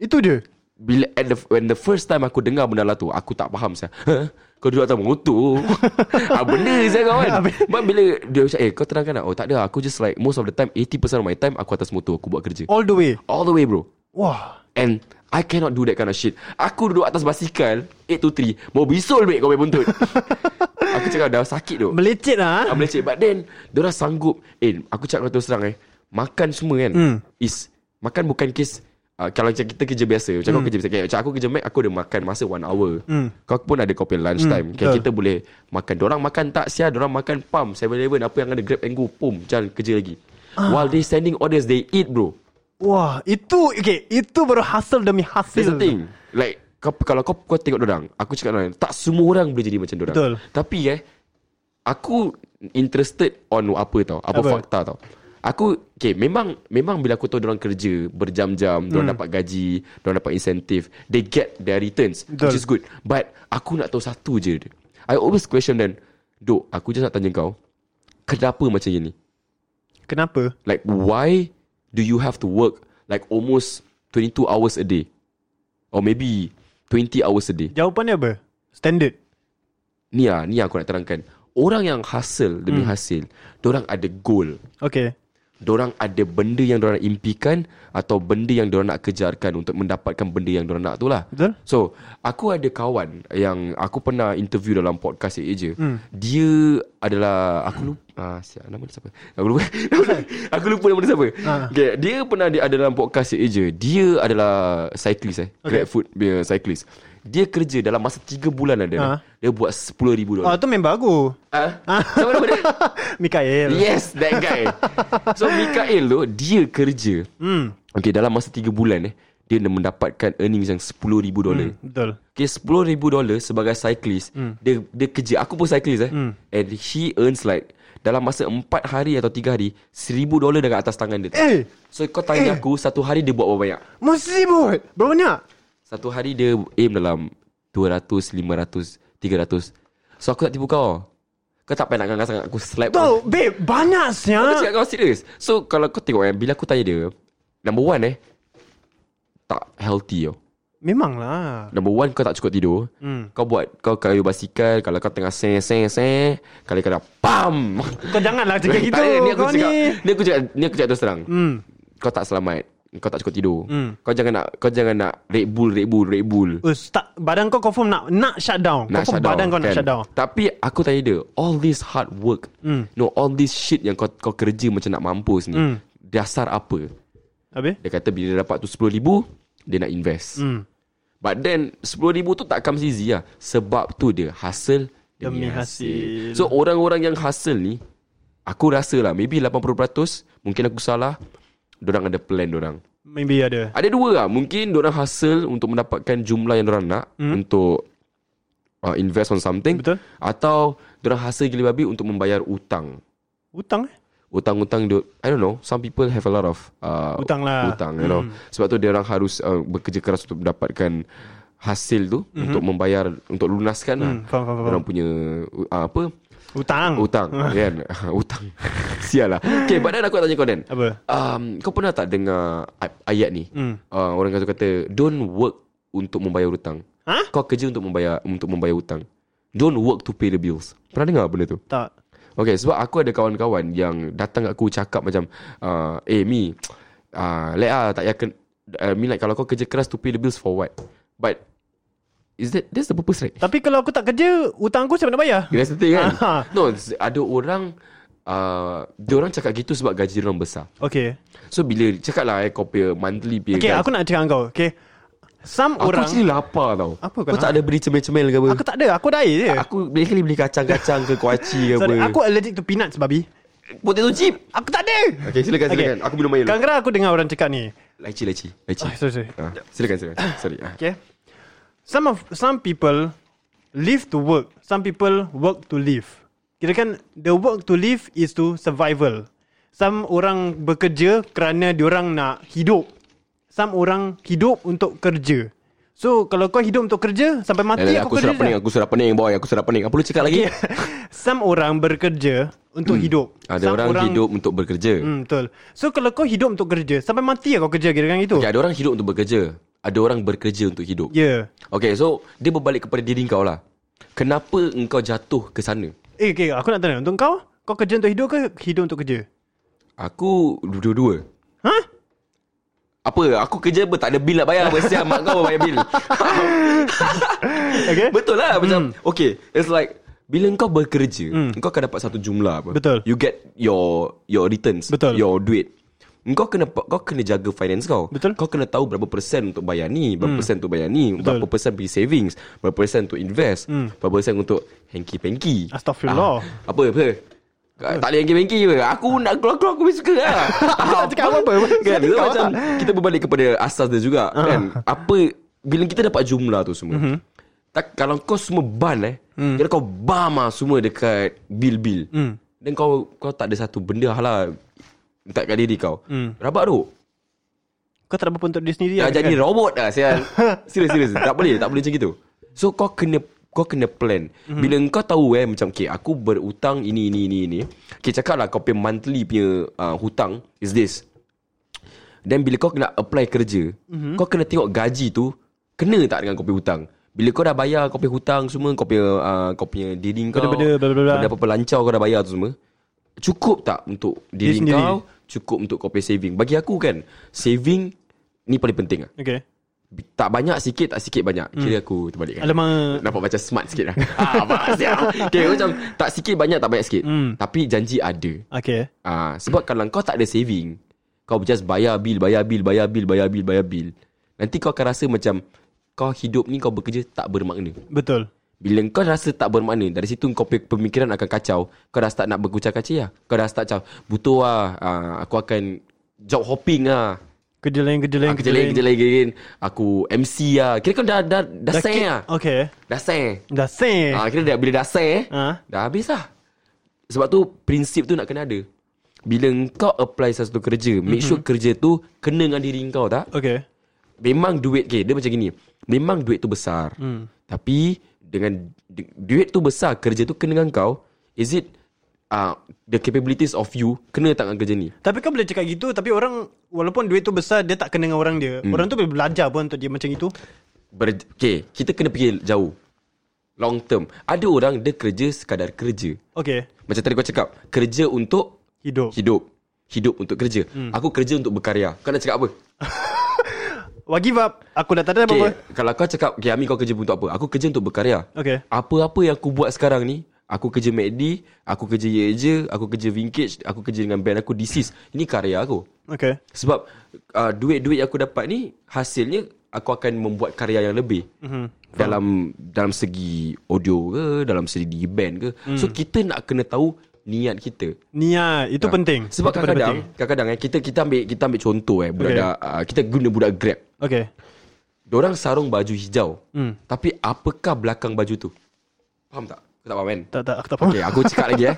Itu je
bila at the, when the first time aku dengar benda lah tu aku tak faham saya. Huh? Kau duduk atas motor. *laughs* ah benda saya
*laughs*
kau kan. But bila dia macam eh kau tenangkan tak? Oh tak ada aku just like
Oh.
most of the time 80% of my time aku atas motor aku buat kerja.
All the way
All the way bro.
Wah
And I cannot do that kind of shit Aku duduk atas basikal 8 to 3 Mau bisul baik kau main
*laughs*
buntut Aku cakap dah sakit tu
Melecet lah
Ah, Meleceh But then Diorang sanggup Eh aku cakap kau terus terang eh Makan semua kan
Hmm.
Is Makan bukan kes uh, Kalau macam kita kerja biasa Macam kau kerja biasa Kayak Macam aku kerja Mac Aku ada makan masa one hour
Hmm.
Kau pun ada kopi lunch time Kayak
betul.
kita boleh Makan Diorang makan tak sia Diorang makan pump 7-Eleven Apa yang ada grab and go Pum Jalan kerja lagi
Ah.
While they standing orders They eat bro
Wah Itu Okay Itu baru hustle demi hustle
That's the thing Like kau, Kalau kau, kau tengok orang Aku cakap orang Tak semua orang boleh jadi macam orang
Betul.
Tapi eh Aku Interested on apa tau Apa,
Apa?
fakta tau Aku Okay memang Memang bila aku tahu orang kerja Berjam-jam
Hmm.
Diorang dapat gaji Diorang dapat insentif They get their returns
Betul.
Which is good But Aku nak tahu satu je I always question them Dok aku just nak tanya kau Kenapa macam ni
Kenapa
Like why do you have to work like almost 22 hours a day? Or maybe 20 hours a day.
Jawapan dia apa Standard
Ni ah, ni aku nak terangkan. Orang yang hustle demi hasil, orang ada goal.
Okay
Orang ada benda yang orang impikan atau benda yang orang nak kejarkan untuk mendapatkan benda yang orang nak tu lah.
Betul?
So, aku ada kawan yang aku pernah interview dalam podcast AA je. Hmm. Dia adalah aku *coughs* lupa ah siap, nama dia siapa? Aku lupa. *laughs* aku lupa nama dia siapa. Okay, dia pernah dia ada dalam podcast AA je. Dia adalah cyclist eh. Okay. Grabfood punya cyclist. Dia kerja dalam masa 3 bulan ada.
Ah.
Dia buat 10000
Oh
dolar.
tu member aku
Ah. Sama nama *laughs* dia?
*laughs* Mikael
Yes, that guy. so Mikael tu dia kerja. Hmm. Okay, dalam masa 3 bulan eh dia dah mendapatkan earnings yang 10000 dolar. Hmm.
Betul
Okay, 10000 dolar sebagai cyclist. Hmm. Dia dia kerja. Aku pun cyclist eh. Hmm. And he earns like dalam masa 4 hari atau 3 hari 1000 dolar dekat atas tangan dia.
Eh
So kau tanya aku satu hari dia buat berapa banyak?
Mesti buat Berapa banyak
Satu hari dia aim dalam 200, 500, 300. So aku tak tipu kau. Kau tak payah nak ganggang sangat aku slap kau.
Tahu babe Banyak siya
Aku cakap kau serius So kalau kau tengok kan Bila aku tanya dia Number one eh Tak healthy tau
Memanglah
Number one kau tak cukup tidur hmm. Kau buat Kau kayu basikal Kalau kau tengah seng seng seng Kalau kau dah PAM
Kau janganlah *laughs* cakap gitu
Tak ada, ni aku
Kau
cakap
ni
Ni aku cakap Ni aku cakap terus terang hmm. Kau tak selamat Kau tak cukup tidur hmm. Kau jangan nak Kau jangan nak Red Bull Red Bull Red Bull
Oh, start, badan kau confirm nak nak kan? shut down. confirm
nak shut down,
badan kau nak shut down.
Tapi aku tanya dia All this hard work mm.
Hmm.
No all this shit Yang kau, kau kerja Macam nak mampus ni mm. Dasar apa
Habis?
Dia kata bila dia dapat tu 10,000 Dia nak invest
Hmm.
mm. But then 10,000 tu tak comes easy lah Sebab tu dia hustle Demi,
Demi
hasil.
hasil.
So orang-orang yang hustle ni Aku rasa lah Maybe 80% Mungkin aku salah Diorang ada plan diorang
Maybe ada.
ada dua lah Mungkin orang hustle Untuk mendapatkan jumlah yang orang nak hmm. Untuk uh, Invest on something
Betul.
Atau orang hustle gila babi Untuk membayar utang
Hutang eh?
Utang-utang dia I don't know Some people have a lot of uh,
Hutang lah.
Utang you know Sebab tu dia orang harus uh, Bekerja keras untuk mendapatkan Hasil tu mm-hmm. Untuk membayar Untuk lunaskan lah
Mhm. Hmm, faham, faham, faham.
Orang punya uh, Apa
Hutang.
Utang kan *laughs* Utang Sial lah Okay but then aku nak tanya kau Dan
Apa?
um, Kau pernah tak dengar ay- Ayat ni
Hmm.
uh, Orang kata kata Don't work Untuk membayar hutang
Ha?
Kau kerja untuk membayar Untuk membayar hutang Don't work to pay the bills Pernah dengar benda tu?
Tak.
Okay sebab aku ada kawan-kawan Yang datang kat aku cakap macam uh, Eh Mi uh, Let ah tak payah ken- uh, Mi like kalau kau kerja keras To pay the bills for what? But Is that That's the purpose right?
Tapi kalau aku tak kerja, hutang aku siapa nak bayar? Ah.
That's the thing
*laughs*
kan?
Aha.
No s- Ada orang uh, Diorang cakap gitu sebab gaji diorang besar
Okay.
So bila cakap lah eh, Kau punya monthly punya
Okay,
gaji-
aku nak cakap dengan kau. Okay. Some
Aku
orang...
actually lapar tau
Apa kau
Kau tak
nak?
ada beli cemil-cemil ke apa
Aku tak ada. Aku ada air je.
Aku beli kali beli kacang-kacang ke kuaci ke apa
Sorry, aku allergic to peanuts, babi.
Potato chip
Aku tak ada.
Okay silakan silakan Aku minum air dulu
Kadang-kadang aku dengar orang cakap ni.
Laici laici Laici
Ah, sorry, sorry.
Ah, Silakan silakan
*coughs*
Sorry ah.
Okay. Some of some people live to work. Some people work to live. Kira kan the work to live is to survival. Some orang bekerja kerana diorang nak hidup. Some orang hidup untuk kerja. So kalau kau hidup untuk kerja sampai
Dah,
mati
dah,
aku,
Eh, Aku
kerja.
serap pening
dah.
Aku serap pening boy Aku serap pening Apa lu cakap lagi
Some orang bekerja untuk hidup.
*laughs* Ada
Some
Hmm. Ah, orang hidup untuk bekerja
Hmm, betul. So kalau kau hidup untuk kerja sampai mati lah kau kerja kira kan gitu.
Okay, Ada orang hidup untuk bekerja Ada orang bekerja untuk hidup
Ya.
Okay so Dia berbalik kepada diri kau lah Kenapa engkau jatuh ke sana
Yeah. Eh, okay, aku nak tanya untuk kau, kau kerja untuk hidup ke hidup untuk kerja? Ha?
Aku Dua-dua
Hah?
Apa apa Aku kerja apa Tak ada bil nak bayar apa Sial mak kau bayar bil
*laughs* Okay Hmm.
Betul lah Macam Okay It's like Bila kau bekerja Kau akan dapat satu jumlah apa
Betul.
You get your Your returns
Betul.
Your duit kau kena kau kena jaga finance kau.
Betul. Hmm.
Kau kena tahu berapa persen untuk bayar ni, berapa persen untuk bayar ni, berapa persen pergi savings, berapa persen untuk invest,
Hmm.
berapa persen untuk hanky-panky.
Astaghfirullah.
Ah, apa apa? Tak boleh hanky-panky apa? Aku nak keluar-keluar aku suka
*laughs*
lah.
Aku nak cakap Ah. apa-apa.
Kan
Saya
so,
cakap
macam
tak.
Kita berbalik kepada Asas dia juga uh-huh. Kan Apa Bila kita dapat jumlah tu semua
Mhm.
uh-huh. tak, Kalau kau semua ban eh
Hmm.
mm. Kira kau bam lah semua Dekat bil-bil mm. Dan kau Kau tak ada satu benda lah Letak kat diri kau
Hmm.
mm. Rabak tu
Kau tak dapat untuk diri sendiri lah,
Dah jadi
kan?
robot lah
*laughs*
Sial Serius serius Tak boleh Tak boleh macam gitu So kau kena Kau kena plan
Mhm.
Bila kau tahu eh Macam okay Aku berhutang ini ini ini ini Okay cakap lah Kau punya monthly punya uh, Hutang Is this Then bila kau nak apply kerja
Mhm.
Kau kena tengok gaji tu Kena tak dengan kau punya hutang Bila kau dah bayar Kau punya hutang semua Kau punya uh, Kau punya diri kau
Benda-benda, bla, bla, bla.
Benda apa-apa lancar kau dah bayar tu semua Cukup tak untuk diri
Diri sendiri.
kau Cukup untuk kau punya saving Bagi aku kan Saving Ni paling penting lah
Okay
tak banyak sikit Tak sikit banyak
Hmm.
Kira aku terbalik kan
Alamak
Nampak macam smart sikit lah *laughs* ah, Abang siap Okay macam Tak sikit banyak Tak banyak sikit
Hmm.
Tapi janji ada
Okay
ah, Sebab kalau kau tak ada saving Kau just bayar bil Bayar bil Bayar bil Bayar bil Bayar bil Nanti kau akan rasa macam Kau hidup ni kau bekerja Tak bermakna
Betul
bila kau rasa tak bermakna Dari situ kau punya pemikiran akan kacau Kau dah start nak berkucah-kacih lah Kau dah start macam Butuh lah ah, Aku akan Job hopping lah
Kerja lain Kerja lain
Ah, kerja lain, kerja lain, kerja lain. Aku MC lah. Kira kau dah, dah, dah, dah seng
ki-
lah.
Okay
Dah seng.
Dah seng
Ah, kira dah, bila dah seng,
Ah.
dah habis lah. Sebab tu, prinsip tu nak kena ada. Bila kau apply satu kerja, make sure kerja tu kena dengan diri kau tak.
Okay
Memang duit, okay, dia macam gini. Memang duit tu besar. Tapi, dengan du- duit tu besar, kerja tu kena dengan kau. Is it uh, the capabilities of you kena tak dengan kerja ni?
Tapi kau boleh cakap gitu Tapi orang Walaupun duit tu besar Dia tak kena dengan orang dia
Hmm.
Orang tu boleh belajar pun Untuk dia macam itu
Ber, okay, kita kena fikir jauh. Long term. Ada orang dia kerja sekadar kerja.
Okay
Macam tadi kau cakap, kerja untuk
Hidup
hidup. Hidup untuk kerja. Hmm. Aku kerja untuk berkarya. Kau nak cakap apa?
Wah give up Aku dah tak ada
Okay,
apa-apa
kalau kau cakap, okay, Ami kau kerja untuk apa? Aku kerja untuk berkarya.
Okay.
Apa-apa yang aku buat sekarang ni, aku kerja MACD, aku kerja Ye Je, aku kerja Vintage, aku kerja dengan band aku, Disease. Ini karya aku.
Okay
Sebab uh, duit-duit yang aku dapat ni hasilnya aku akan membuat karya yang lebih. Mm-hmm.
Mhm.
Dalam dalam segi audio ke, dalam segi band ke.
Hmm.
Mm. So kita nak kena tahu niat kita.
Niat Itu penting
Ah. Sebab
Itu benda
kadang-kadang
penting.
kadang-kadang eh, kita kita ambil kita ambil contoh eh budak
Okay.
okay. uh, kita guna budak Grab.
Okay
Diorang sarung baju hijau.
Hmm.
Mm. Tapi apakah belakang baju tu? Faham tak? Kau tak faham kan?
Tak tak aku tak faham
Okay, aku cakap lagi eh.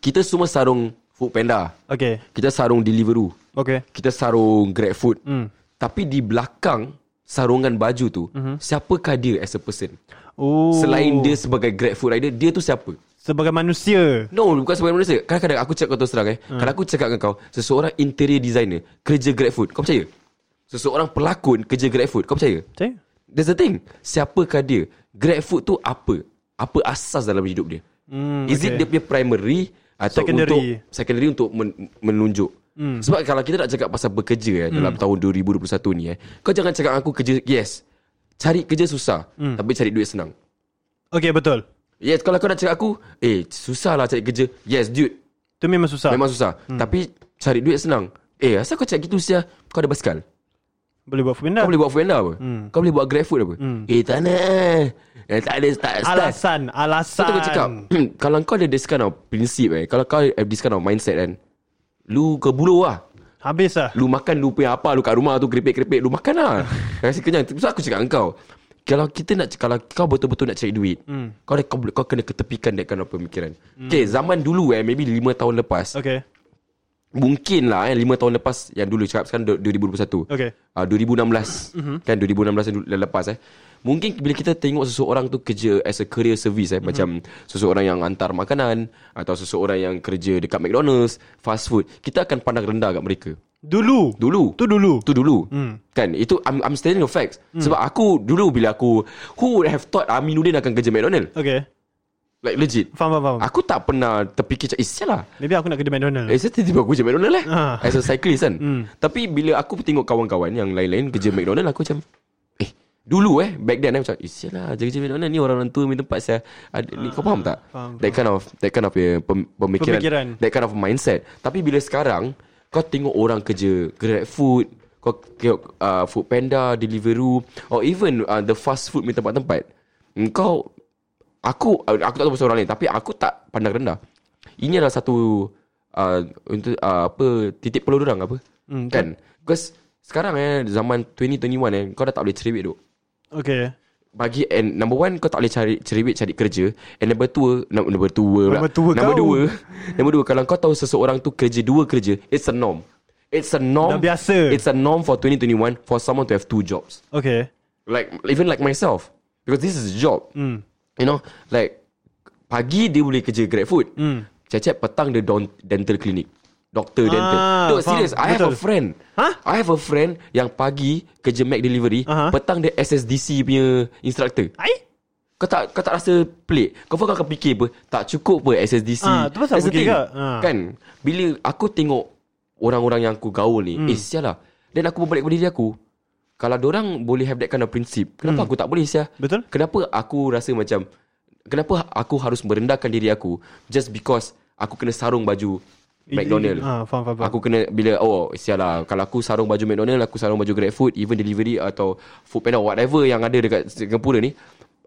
Kita semua sarung Food Panda.
Okay
Kita sarung Deliveroo
Okay
kita sarung GrabFood.
Hmm.
Mm. Tapi di belakang sarungan baju tu, mm-hmm. siapakah dia as a person?
Mhm. Oh
Selain dia sebagai GrabFood rider, dia tu siapa?
Sebagai manusia
No, bukan sebagai manusia. Kadang-kadang aku cakap kau terus terang eh.
Hmm.
Mm. Kalau aku cakap dengan kau, seseorang interior designer kerja GrabFood, kau percaya? Seseorang pelakon kerja GrabFood, kau percaya?
Macam mana?
That's the thing. Siapakah dia? GrabFood tu apa? Apa asas dalam hidup dia?
Hmm,
Is
okay.
it dia punya primary atau
Secondary. Hmm.
untuk secondary untuk men- menunjuk? Sebab kalau kita nak cakap pasal bekerja eh, dalam tahun 2021 ni eh, kau jangan cakap aku kerja yes. Cari kerja susah,
Hmm.
tapi cari duit senang.
Okay betul
Yes, kalau kau nak cakap aku, eh susah lah cari kerja. Yes, dude.
Itu memang susah
Memang susah.
Hmm.
Tapi cari duit senang. Eh, asal kau cakap gitu sia? Kau ada basikal?
Boleh buat food panda
Kau boleh buat Foodpanda apa? Kau boleh buat GrabFood apa? Eh, tak nak. eh. Eh, tak ada tak start.
Alasan Alasan
Kau tengok cakap *clears throat* Kalau kau ada this kind of prinsip eh Kalau kau have this kind of mindset kan Lu ke buluh lah
Habis lah
Lu makan lu punya apa Lu kat rumah tu keripik-keripik Lu makan lah Rasa kenyang Sebab aku cakap dengan kau kalau kita nak kalau kau betul-betul nak cari duit mm. kau, kau boleh- kau kena ketepikan that kind of pemikiran mm. okay zaman dulu eh maybe 5 tahun lepas
Okay
mungkin lah eh 5 tahun lepas yang dulu cakap sekarang du- 2021
Okay.
uh, 2016 mm-hmm. kan 2016 yang dulu- dah lepas eh mungkin bila kita tengok seseorang tu kerja as a career service eh mm-hmm. macam seseorang yang hantar makanan atau seseorang yang kerja dekat McDonald's fast food kita akan pandang rendah kat mereka
Dulu
dulu
Tu dulu
tu dulu mm. kan itu I'm, I'm stating the facts mm. sebab aku dulu bila aku who would have thought Aminuddin akan kerja McDonald's
Okay
Like legit
Faham faham faham
Aku tak pernah terfikir macam Eh sial lah
Maybe aku nak kerja McDonald
Eh saya tiba-tiba aku kerja McDonald lah
Ha.
As a cyclist kan
Hmm.
Tapi bila aku tengok kawan-kawan Yang lain-lain kerja McDonald Aku macam Eh Dulu eh Back then eh, macam Eh sial lah Kerja McDonald ni orang-orang tua Minta tempat saya ada, ni, Kau faham tak?
faham,
that kind of That kind of eh, pem, pemikiran,
Pemikiran.
That kind of mindset Tapi bila sekarang Kau tengok orang kerja Grab food Kau tengok uh, Food Panda Deliveroo Or even uh, The fast food Minta tempat-tempat hmm, Kau Aku Aku tak tahu pasal orang lain Tapi aku tak pandang rendah Ini adalah satu uh, Untuk uh, Apa Titik peluang orang apa hmm, Kan Because Sekarang eh Zaman 2021 eh Kau dah tak boleh cerewet duk
Okay
bagi and number one kau tak boleh cari cerewet cari kerja and number two num- number two pula.
Number two
number
kau.
dua number dua kalau kau tahu seseorang tu kerja dua kerja it's a norm it's a norm
Dah biasa.
it's a norm for 2021 for someone to have two jobs
Okay
like even like myself because this is a job
Hmm.
mm. you know like pagi dia boleh kerja grab food
Hmm.
mm. cecep petang dia don- dental clinic doktor ah, dental
Ah,
no
faham.
serious I have a
Betul. Ha?
friend
Huh?
I have a friend yang pagi kerja Mac delivery
Aha.
petang dia SSDC punya instructor
Hai
kau tak kau tak rasa pelik. Kau faham kau akan fikir apa? Tak cukup apa SSDC.
Ah, tu pasal
That's the
fikir
thing.
kak. Ah.
Kan? Bila aku tengok orang-orang yang aku gaul ni,
Hmm.
eh sial lah. Dan aku berbalik kepada diri aku. Kalau orang boleh have that kind of prinsip, kenapa aku tak boleh sial?
Hmm. Betul.
Kenapa aku rasa macam kenapa aku harus merendahkan diri aku just because aku kena sarung baju McDonald.
Ah, faham, faham, faham.
Aku kena bila oh sial lah kalau aku sarung baju McDonald, aku sarung baju GrabFood, even delivery atau Foodpanda whatever yang ada dekat Singapura ni,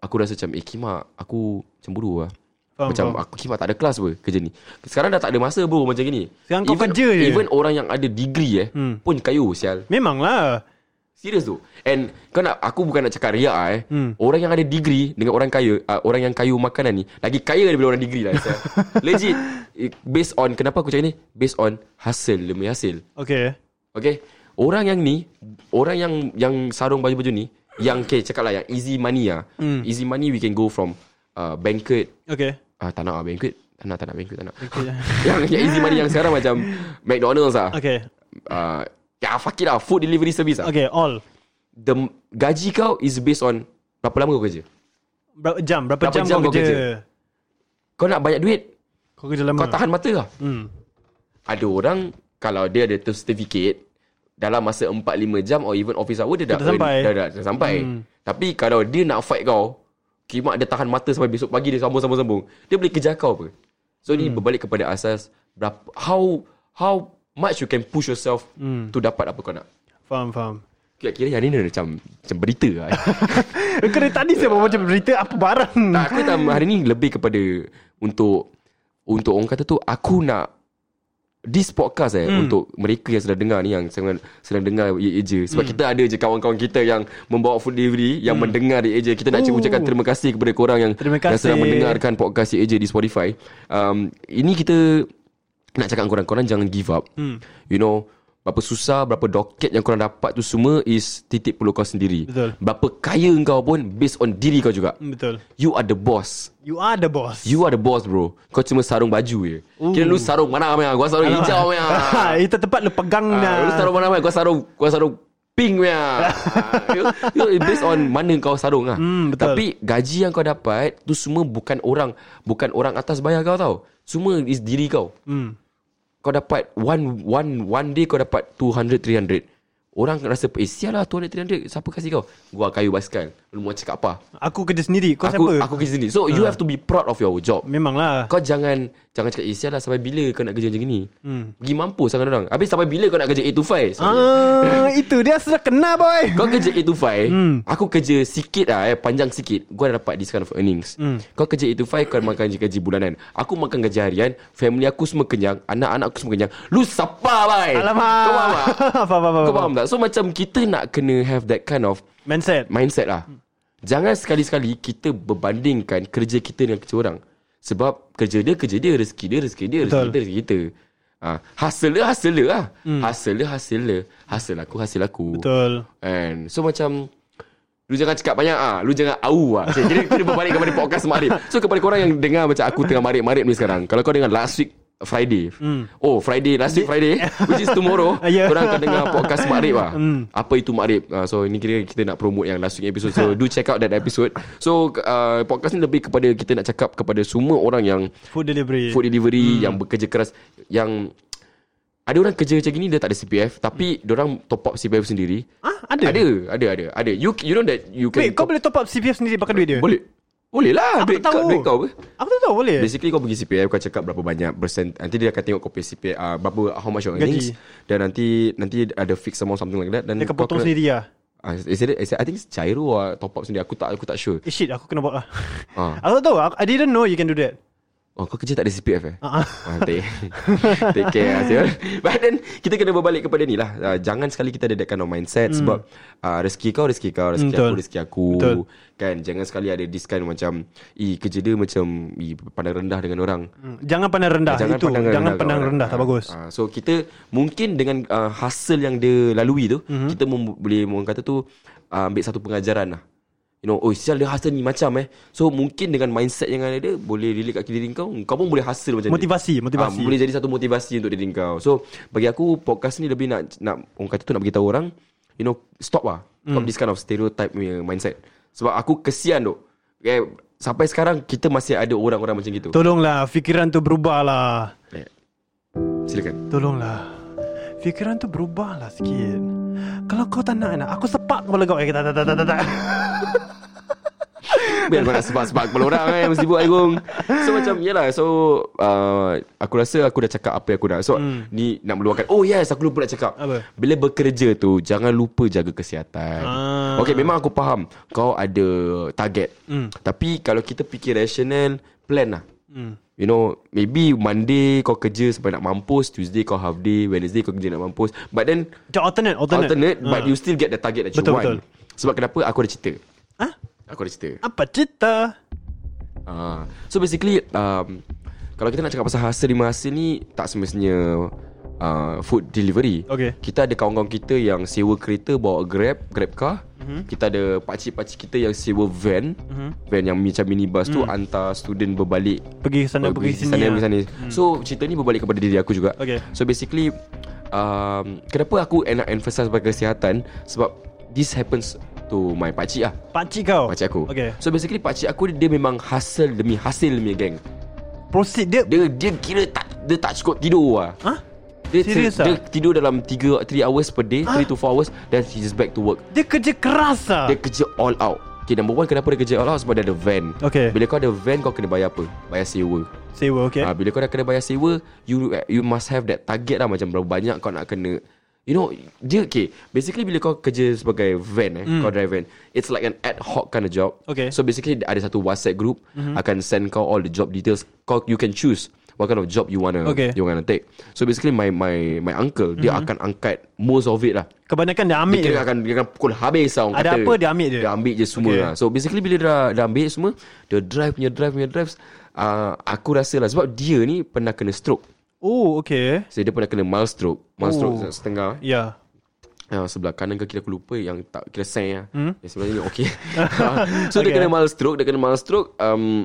aku rasa macam eh kimak aku cemburu lah.
Faham,
macam
faham.
aku kimak tak ada kelas apa kerja ni. Sekarang dah tak ada masa bro macam gini.
Sekarang kau kerja je.
Even orang yang ada degree eh hmm. pun kayu sial.
Memanglah
Serius tu And kau nak Aku bukan nak cakap riak lah, eh hmm. Orang yang ada degree Dengan orang kaya uh, Orang yang kayu makanan ni Lagi kaya daripada orang degree lah
*laughs*
sial. Legit It- Based on Kenapa aku cakap ni Based on Hasil Dia punya hasil
Okay
Okay Orang yang ni Orang yang Yang sarung baju-baju ni Yang okay cakap lah Yang easy money lah hmm. Easy money we can go from uh, Banquet
Okay
uh, Tak nak lah banquet Tak nak tak nak banquet tak nak *laughs*
Okay,
yang, yang easy money yang sekarang macam McDonald's lah okay.
okay.
uh, Ya fuck it lah Food delivery service lah
okay all
the gaji kau is based on berapa lama kau kerja.
Berapa jam Berapa,
Berapa
jam,
jam
kau
kau
kerja?
kerja? Kau nak banyak duit,
Kau kerja lama
kau tahan mata lah.
hmm.
Ada orang kalau dia ada certificate dalam masa 4 5 jam or even office hour dia dah
Dah sampai.
dah, dah, dah sampai. Hmm. Tapi kalau dia nak fight kau, kimak dia tahan mata sampai besok pagi dia sambung-sambung-sambung. Dia boleh kejar kau apa? So hmm. ni berbalik kepada asas berapa how how much you can push yourself hmm. to dapat apa kau nak.
Faham
*laughs*
faham
Kira-kira yang ni dia macam macam berita lah.
Eh, Kau dari tadi siapa macam berita Apa barang
Tak, aku tak hari ni lebih kepada untuk untuk orang kata tu aku nak this podcast eh hmm. untuk mereka yang sedang dengar ni yang sedang sedang dengar ye Ye je sebab hmm. kita ada je kawan-kawan kita yang membawa food delivery yang hmm. mendengar ye Ye je kita nak
Ooh.
ucapkan terima kasih kepada korang yang
Terima
yang
kasih.
sedang mendengarkan podcast ye je di Spotify um, ini kita nak cakap dengan korang korang jangan give up hmm. you know berapa susah berapa doket yang korang dapat tu semua is titik perlu kau sendiri
Betul.
berapa kaya kau pun based on diri kau juga
Hmm, Betul
You are the boss
You are the boss
You are the boss bro Kau cuma sarung baju je Kira lu sarung mana meh Gua sarung
*laughs*
hijau meh
Ah,
Ah,
Itu tempat lu pegang dah
Lu sarung mana meh Gua sarung Gua sarung pink
*laughs*
meh Ah, you, you, Based on mana kau sarung lah
Hmm, betul.
Tapi gaji yang kau dapat Tu semua bukan orang Bukan orang atas bayar kau tau Semua is diri kau
Hmm.
Kau dapat One one one day kau dapat 200, 300 Orang rasa Eh sial lah 200, 300 Siapa kasih kau Gua kayu basikal Lu mau cakap apa
Aku kerja sendiri Kau
aku,
siapa Ah. lah.
Aku kerja sendiri So you have to be proud of your job
Memanglah
kau jangan Jangan cakap Eh sial lah sampai bila kau nak kerja macam ni hmm. Pergi mampus sangat orang Habis sampai bila kau nak kerja 8 to 5 Sorry.
Ah, Itu dia sudah kena boy
Kau kerja 8 to 5
Hmm.
Aku kerja sikit lah eh, Panjang sikit Kau dah dapat this kind of earnings
Hmm.
Kau kerja 8 to 5 Kau makan gaji, gaji bulanan Aku makan gaji harian Family aku semua kenyang Anak-anak aku semua kenyang Lu sapa
*laughs*
bai
Alamak
Kau faham tak?
Faham faham
Kau
faham,
faham tak? So macam kita nak kena have that kind of
Mindset
mindset lah. Jangan sekali-sekali kita berbandingkan kerja kita dengan kerja orang. Sebab kerja dia kerja dia, rezeki dia rezeki dia, rezeki
Betul.
kita rezeki kita. Ha, hasil dia hasil dia lah. Hmm. Hasil dia hasil dia. Hasil aku hasil aku.
Betul
And so macam Lu jangan cakap banyak ah. Lu jangan au ah. Jadi kita berbalik kepada podcast Marib. So kepada korang yang dengar macam aku tengah marib-marib ni sekarang. Kalau kau dengar last week Friday Oh Friday Last week Friday Which is tomorrow
Ah, ya.
Korang akan dengar podcast Makrib lah Apa itu Makrib Ah, So ini kira kita nak promote yang last week episode So do check out that episode So uh, podcast ni lebih kepada Kita nak cakap kepada semua orang yang
Food delivery Hmm.
Food delivery Yang bekerja keras Yang ada orang kerja macam gini dia tak ada CPF tapi dia orang top up CPF sendiri.
Hmm. Ah, ada?
Ada, ada, ada. Ada. You you know that you can
Wait kau
top-
boleh top up CPF sendiri Pakai duit dia
boleh. Boleh
Aku
lah. duit
tak tahu
kau-
Eh.
duit kau apa?
Aku tak tahu boleh
Basically kau pergi CPF Kau cakap berapa banyak percent Nanti dia akan tengok kau punya CPF uh, Berapa How much your
Gaji.
earnings Dan nanti Nanti ada fixed amount Something like that Dan
Dia akan potong sendiri lah
uh, is it, is it, I think it's Cairo or Top up sendiri Aku tak aku tak sure
Eh shit aku kena buat lah
Ah.
*laughs* Aku tak tahu aku- I didn't know you can do that
Oh kau kerja tak ada CPF eh
Ah, ah.
Ah, take, *laughs* take care lah
*laughs*
Syul. But then Kita kena berbalik kepada ni lah uh, Jangan sekali kita ada that kind of mindset Sebab uh, Rezeki kau rezeki kau
Hmm.
Rezeki
Betul.
aku rezeki aku
Betul.
Kan Jangan sekali ada this kind macam Eh kerja dia macam eh, Pandang rendah dengan orang
Hmm, Jangan pandang rendah
Jangan
Itu
pandang
Jangan
rendah kat
pandang
orang.
rendah Tak
Ah,
bagus
ah, So kita mungkin dengan uh, hasil yang dia lalui
Mhm.
tu, mm-hmm. kita mem- boleh orang kata tu uh, ambil satu pengajaran lah. You know, oh sial dia hasil ni macam eh. So mungkin dengan mindset yang ada dia boleh relate kat diri kau, kau pun boleh hasil macam
Motivasi,
dia.
motivasi.
Ah, boleh jadi satu motivasi untuk diri kau. So bagi aku podcast ni lebih nak nak orang kata tu nak beritahu orang, you know, stop lah. Stop mm. this kind of stereotype punya mindset. Sebab aku kesian tu. Okay, sampai sekarang kita masih ada orang-orang macam gitu.
Tolonglah Fikiran tu berubah lah
Eh, Silakan.
Tolonglah Fikiran tu berubah lah sikit Kalau kau tak nak nak Aku sepak kepala kau Eh tak tak tak tak *laughs* tak, tak
Biar kau nak sebab-sebab kepala orang kan Mesti buat Agung So macam Yelah so uh, Aku rasa aku dah cakap Apa yang aku nak So hmm. ni nak meluahkan Oh yes aku lupa nak cakap
Apa?
Bila bekerja tu Jangan lupa jaga kesihatan
Ah.
Okay memang aku faham Kau ada target hmm. Tapi kalau kita fikir rasional Plan lah hmm. You know Maybe Monday kau kerja Sampai nak mampus Tuesday kau half day Wednesday kau kerja nak mampus But then
Macam alternate Alternate, Ah.
Alternate, alternate But you still get the target that you
Betul,
want
betul.
Sebab kenapa aku ada cerita
ha?
Aku ada cerita
Apa cerita
Ah, so basically um, kalau kita nak cakap pasal hasil lima hasil ni tak semestinya uh, food delivery.
Okay.
Kita ada kawan-kawan kita yang sewa kereta bawa Grab, Grab car.
Mhm.
Mm-hmm. Kita ada pakcik-pakcik kita yang sewa van, mm-hmm. van yang macam minibus mm. tu hantar student berbalik
Pergi sana Mhm. pergi, sini
sana,
lah.
pergi sana. So cerita ni berbalik kepada diri aku juga.
Okay.
So basically um, kenapa aku nak emphasize pada kesihatan sebab this happens to my pakcik lah.
Pakcik kau
Pakcik aku
Okay
So basically pakcik aku Dia memang hasil Demi hasil demi geng
Proceed dia
Dia dia kira tak Dia tak cukup tidur lah
Ha?
Dia,
Serious
dia,
ah?
dia tidur dalam 3 3 hours per day 3 to 4 hours Then he just back to work
Dia kerja keras lah
Dia kerja all out Okay number one Kenapa dia kerja all out Sebab dia ada van
Okay.
Bila kau ada van Kau kena bayar apa Bayar sewa
Sewa okay
Ah, bila kau dah kena bayar sewa, you you must have that target lah macam berapa banyak kau nak kena. You know, dia okay. Basically bila kau kerja sebagai van eh, kau drive van, it's like an ad hoc kind of job.
Hmm. Okay. Mhm.
So basically ada satu WhatsApp group mm-hmm. akan send kau all the job details. Kau you can choose what kind of job you wanna
Okay. Mhm.
you wanna take. So basically my my my uncle mm-hmm. dia akan angkat most of it lah.
Kebanyakan dia ambil
Dia
dia
kira akan Dia akan pukul habis lah orang
Ada
kata.
apa, dia ambil je.
Dia ambil je semua
Okay.
okay. lah So basically bila dah, dah ambil semua Dia drive punya drive punya drive uh, Aku rasa lah Sebab dia ni pernah kena stroke
Oh okay
So dia pernah kena mild stroke Mild
Oh.
stroke
Ya
setengah eh.
yeah.
uh, Sebelah kanan ke kira aku lupa Yang tak kira seng lah hmm? Yang sebelah ni okay So
*laughs*
dia
Okay.
kena mild stroke Dia kena mild stroke um,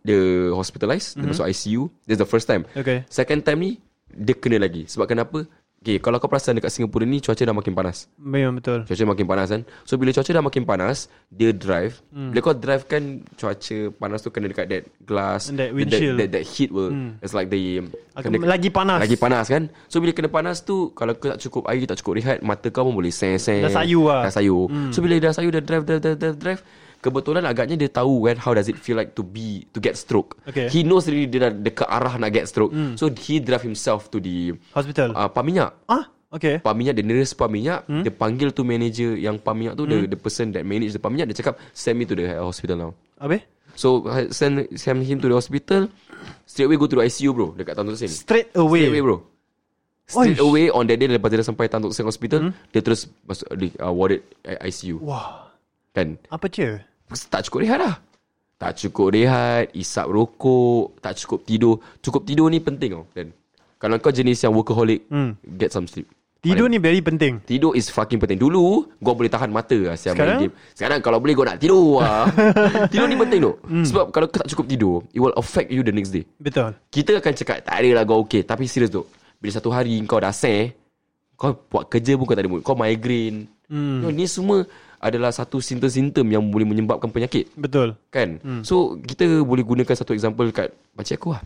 Dia hospitalised Dia masuk ICU That's the first time
Mm-hmm. Okay.
Second time ni Dia kena lagi Sebab kenapa Okay, kalau kau perasan dekat Singapura ni cuaca dah makin panas.
Memang betul
Cuaca makin panas kan So bila cuaca dah makin panas Dia drive hmm. Bila kau drive kan Cuaca panas tu kena dekat that glass
And that
That,
windshield.
that, that heat will hmm. It's like the
Akan lagi panas.
Lagi panas kan So bila kena panas tu Kalau kau tak cukup air Tak cukup rehat Mata kau pun boleh seng-seng
Dah sayu lah.
Dah sayu hmm. So bila dah sayu Dah drive drive drive, drive, drive Kebetulan agaknya dia tahu kan How does it feel like to be To get stroke
Okay.
He knows really Dia dah dekat arah nak get stroke hmm. So he drive himself to the
Hospital
uh, Pam minyak
Ah okay
pam minyak the nearest pam minyak hmm? dia panggil tu manager yang pam minyak tu
Hmm?
the, the person that manage the pam minyak dia cakap send me to the hospital now
Habis
so I send send him to the hospital straight away go to the ICU bro dekat Tan Tock Seng
Straight
straight
away
away bro
Oish.
straight
Hmm?
away on that day lepas dia sampai Tan Tock Seng hospital dia terus masuk di uh, warded I- ICU
Wah
kan
Apa cia
tak cukup rehat lah tak cukup rehat isap rokok tak cukup tidur cukup tidur ni penting tau dan kalau kau jenis yang workaholic
Hmm.
get some sleep
Tidur ni very penting.
Tidur is fucking penting. Dulu gua boleh tahan mata lah siap main
Sekarang?
game. Sekarang kalau boleh gua nak tidur *laughs* lah. tidur ni penting tu. Sebab kalau kau tak cukup tidur, it will affect you the next day.
Betul.
Kita akan cakap tak ada lah kau okey Tapi serius tu Bila satu hari kau dah seh Kau buat kerja pun kau tak ada mood Kau migraine hmm. Ni semua adalah satu simptom-simptom Yang boleh menyebabkan penyakit
Betul.
Kan hmm. So kita boleh gunakan satu example kat Pakcik aku lah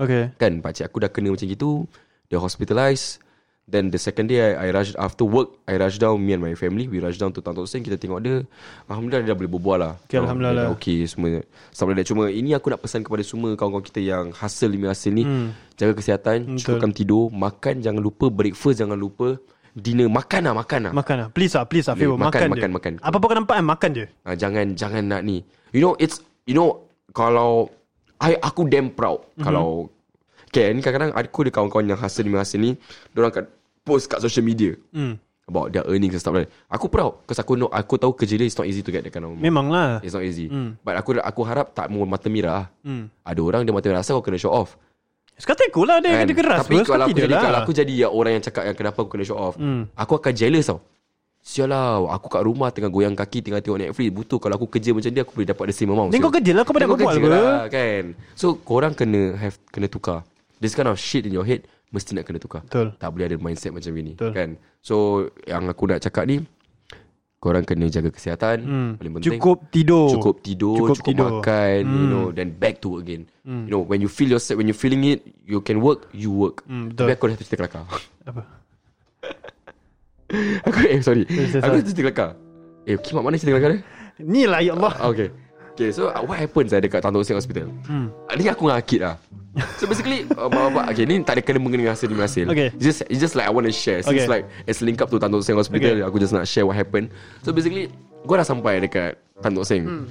Okay.
Kan pakcik aku dah kena macam gitu Dia hospitalised Then the second day I, I rush After work I rush down Me and my family We rush down to Tan Tock Seng Kita tengok dia Alhamdulillah dia dah boleh berbual lah
Okay, Alhamdulillah
Dia dah
lah.
Okay semua Sama dia Cuma ini aku nak pesan kepada semua Kawan-kawan kita yang Hasil demi hasil ni hmm. Jaga kesihatan Cukupkan tidur Makan jangan lupa Breakfast jangan lupa Dinner Makan lah makan lah
Makan lah. Please lah. Please lah. Favor.
Boleh,
Makan, je.
makan, makan, makan.
Apa-apa kau nampak kan makan je.
Ah, jangan jangan nak ni. You know it's you know kalau I aku damn proud mm-hmm. kalau kan kadang-kadang aku ada kawan-kawan yang hasil demi hasil ni, orang kat post kat social media
Hmm.
about their earnings and stuff like that. Aku proud because aku know aku tahu kerja dia it's not easy to get that kind of money.
Memang lah.
It's not easy. Mm. But aku aku harap tak mau mata merah. Mm. Ada orang dia mata merah asal kau kena show off.
Sekata aku lah. Dia,
Kan?
dia keras.
Tapi
bro.
kalau
Sekali
aku,
dia
jadi,
lah. Hmm.
kalau aku jadi yang orang yang cakap yang kenapa aku kena show off, mm. aku akan jealous tau. Sial lah, aku kat rumah tengah goyang kaki, tengah tengok Netflix. Butuh kalau aku kerja macam dia, aku boleh dapat the same amount.
Then
sial.
kau kerja lah, kau pandai
Then
berbual
kerja
apa?
lah, kan. So, korang kena have kena tukar. This kind of shit in your head, mesti nak kena tukar.
Betul.
Tak boleh ada mindset macam ini.
Betul.
Kan? So, yang aku nak cakap ni, korang kena jaga kesihatan.
Hmm.
Paling penting.
Cukup tidur.
Cukup tidur, Hmm.
Cukup
Oh, cukup,
tidur.
makan, you know, then back to work again. You know, when you feel yourself, when you feeling it, you can work, you work.
Hmm, betul.
Tapi aku dah cerita kelakar. *laughs*
Apa?
aku eh sorry.
Yes, yes, yes.
aku dah cerita kelakar. Eh, kimak mana cerita kelakar dia?
Ni lah ya *laughs* Allah.
Ah, *laughs* okay. Okay, so uh, what happens saya dekat Tanjung Seng Hospital? Hmm. Ni aku dengan Akid lah. So basically *laughs* uh, bapak, Okay ni tak ada kena mengenai hasil demi hasil
Okay.
it's just, it's just like I want to share
Okay.
Since like It's link up to Tan Tock Seng Hospital
Okay.
Aku just nak share what happened So basically Gua dah sampai dekat Tan Tock Seng
Hmm.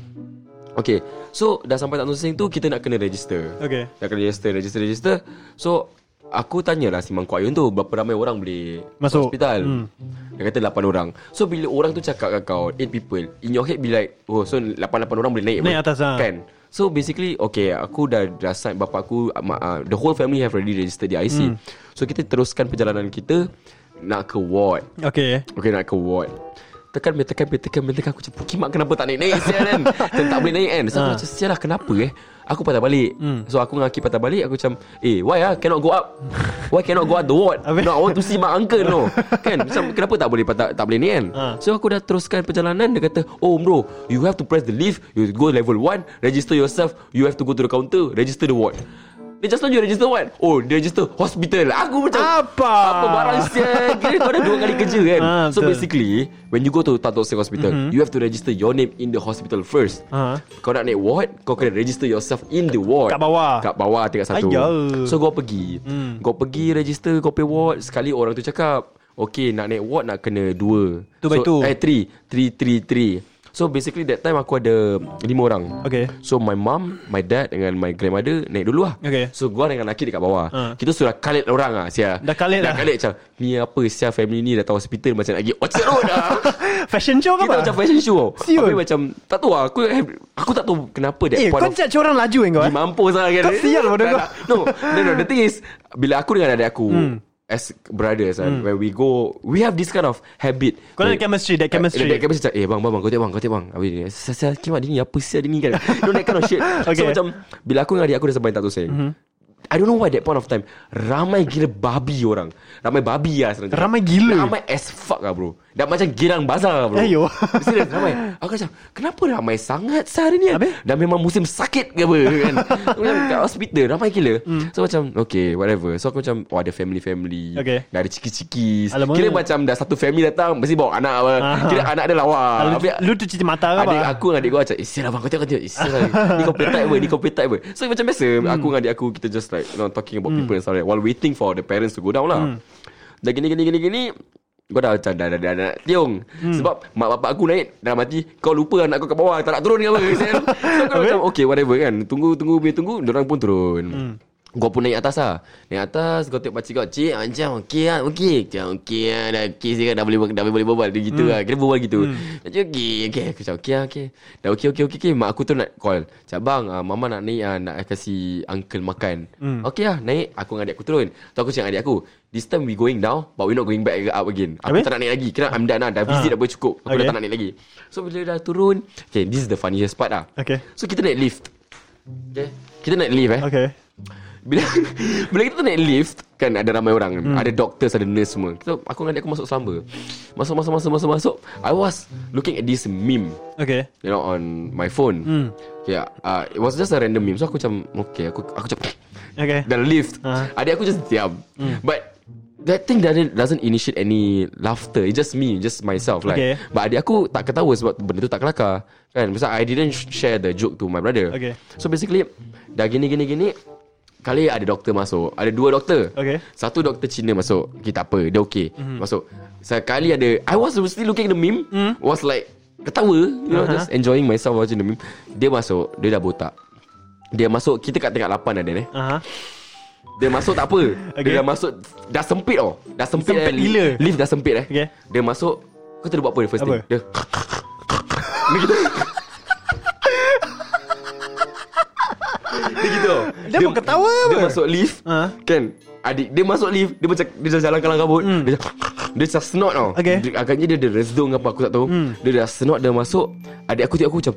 Okay So dah sampai Tan Tock Seng tu Kita nak kena register
Okay.
Nak kena register Register register So Aku tanyalah si Mangkuk Ayun tu Berapa ramai orang boleh
Masuk.
hospital hmm. Dia kata 8 orang So bila orang tu cakap kat kau 8 people In your head be like Oh so 8-8 orang boleh naik
Naik
apa?
atas, ah.
Kan So basically Okay aku dah Dah sign bapak aku ah, mak, ah, The whole family have already registered their
Hmm.
IC So kita teruskan perjalanan kita Nak ke ward
Okay.
Okay nak ke ward Tekan bila tekan bila tekan bila tekan Aku macam Kimak kenapa tak naik-naik Sial
*laughs*
kan Macam tak boleh naik kan
Ah.
So aku macam sial lah kenapa eh Aku patah balik
Hmm.
So aku dengan Aki patah balik Aku macam Eh why ah Cannot
*laughs*
go up Why cannot go up the ward
Habis-
No I want to see my uncle
*laughs*
no Kan macam kenapa tak boleh patah, Tak boleh naik kan
Ha.
So aku dah teruskan perjalanan Dia kata Oh bro You have to press the lift You go level 1 Register yourself You have to go to the counter Register the ward Dia just now you register what? Oh dia register hospital Aku macam
Apa?
Apa barang sial Kira kau dah dua kali kerja kan
Ah,
So
betul.
basically basically when you go to Tan Tock Seng Hospital, mm-hmm. you have to register your name in the hospital first.
Ah.
Kau nak naik ward, kau kena register yourself in the ward.
Kat bawah.
Kat bawah tingkat satu.
Ayah. Hmm.
So kau pergi. Mm. Kau pergi register, kau pay ward. Sekali orang tu cakap, okay nak naik ward nak kena dua.
Two by
so,
two.
Eh, three. Three, three, three. So basically that time aku ada lima orang.
Okay.
So my mom, my dad dengan my grandmother naik dulu lah.
Okay.
So gua dengan laki dekat bawah.
Ah.
Kita sudah kalit orang lah sia.
Dah kalit
dah.
lah.
kalit macam ni apa sia family ni datang hospital macam nak pergi Orchard Road
*laughs*
lah.
Fashion show ke
Kita macam
apa?
fashion show tau
Siul.
Tapi macam Tak tahu lah aku, aku tak tahu kenapa That
Eh,
point
kau
of
judge orang laju kan kau?
Pergi
eh?
mampus lah kan
Kau sial bodoh
Tak,
kau.
tak. No No no The thing is Bila aku dengan adik aku
Hmm.
As brothers kan When we go We have this kind of habit
Kau ada
Where-
chemistry, that
Eh,
chemistry.
That chemistry macam, Eh bang bang bang Kau tengok bang Kau tengok bang Habis dia Sial sial kimak dia ni Apa sial dia ni
*laughs*
kan You know that kind of shit So
Okay. Mm-hmm.
macam Bila aku dengan adik aku Dah sampai tak tahu saya I don't know why that point of time Ramai gila babi orang Ramai babi lah sebenarnya.
Ramai gila?
Ramai as fuck lah bro Dah macam girang bazar bro
Ayo.
*laughs* Serius ramai Aku macam Kenapa ramai sangat sehari ni kan
Habis?
Dah memang musim sakit ke apa *laughs* kan Macam kat hospital Ramai gila
Mm.
So macam Okay whatever So aku macam Oh ada family-family
Okay.
Dah ada ciki-ciki
Alamak.
Kira macam dah satu family datang Mesti bawa anak apa
Ah.
Kira anak dia lawa
Ah, lu- Lu tu cerita mata ke apa?
Adik aku dengan adik gua macam Eh sial abang kau tengok kau tengok Eh sial lah. Ni kau play type apa Ni kau play type apa So macam biasa
Hmm.
Aku dengan adik aku Kita just like you know, Talking about people and stuff like that, While waiting for the parents to go down
Hmm.
lah Dan gini gini gini gini Kau dah macam dah, dah, dah, dah nak tiung
Hmm.
Sebab mak bapak aku naik Dalam hati Kau lupa anak kau kat
*laughs* Eh? Hmm.
bawah Tak nak turun ke apa sial. So aku macam Okay whatever kan Tunggu tunggu biar tunggu Diorang pun turun Gua pun naik atas lah Naik atas Gua tengok pakcik kau Cik macam okey lah Okey Macam okey lah Dah okey sikit Dah boleh, dah boleh berbual Dia gitu
Hmm.
lah Kena berbual gitu Macam okey Okey Aku macam okey lah okey Dah okey okey okey okay. Mak aku tu nak call Cak bang ah, Mama nak naik ah, Nak kasih uncle makan
Hmm.
Okey lah naik Aku dengan adik aku turun Tu aku cakap dengan adik aku This time we going down But we not going back up again Aku
Habis?
tak nak naik lagi Kira I'm done lah Dah visit
Ah.
dah boleh cukup Aku dah
Okay.
tak nak naik lagi So bila dah turun Okay this is the funniest part lah
Okay.
So kita naik lift Okay Kita naik lift eh
Okay.
bila *laughs* bila kita naik lift kan ada ramai orang hmm. ada doctors ada nurse semua kita aku dengan adik aku masuk selamba masuk masuk masuk masuk masuk I was looking at this meme
Okay.
you know on my phone
Hmm.
yeah uh, it was just a random meme so aku macam okay aku aku macam
Okay. Hmm.
dalam lift
Ah.
adik aku just diam but That thing doesn't, doesn't initiate any laughter It's just me Just myself like
Okay.
But adik aku tak ketawa Sebab benda tu tak kelakar Kan Sebab I didn't sh- share the joke To my brother
Okay.
So basically Dah gini gini gini Kali ada doktor masuk Ada dua doktor
Okay.
Satu doktor Cina masuk Okay tak apa Dia okay mm-hmm. Masuk Sekali ada I was still looking at the meme mm. Was like Ketawa You know
Uh-huh.
Just enjoying myself Watching the meme Dia masuk Dia dah botak Dia masuk Kita kat tingkat 8 ada ni
Aha.
dia masuk tak apa
Okay.
Dia dah masuk Dah sempit tau Dah sempit,
Sempit
eh. Lift-
gila.
Lift dah sempit eh
Okay.
Dia masuk Kau tahu dia buat apa first
Apa?
thing Dia Dia gitu Dia gitu tau.
Dia pun ketawa
Dia
apa?
masuk lift
Ha.
Kan Adik Dia masuk lift Dia macam Dia jalan kalang kabut Dia macam Dia macam snort tau
Hmm. Okay. Hmm.
dia, Agaknya dia ada resdung apa Aku tak tahu Dia dah snort Dia masuk Adik aku tengok aku macam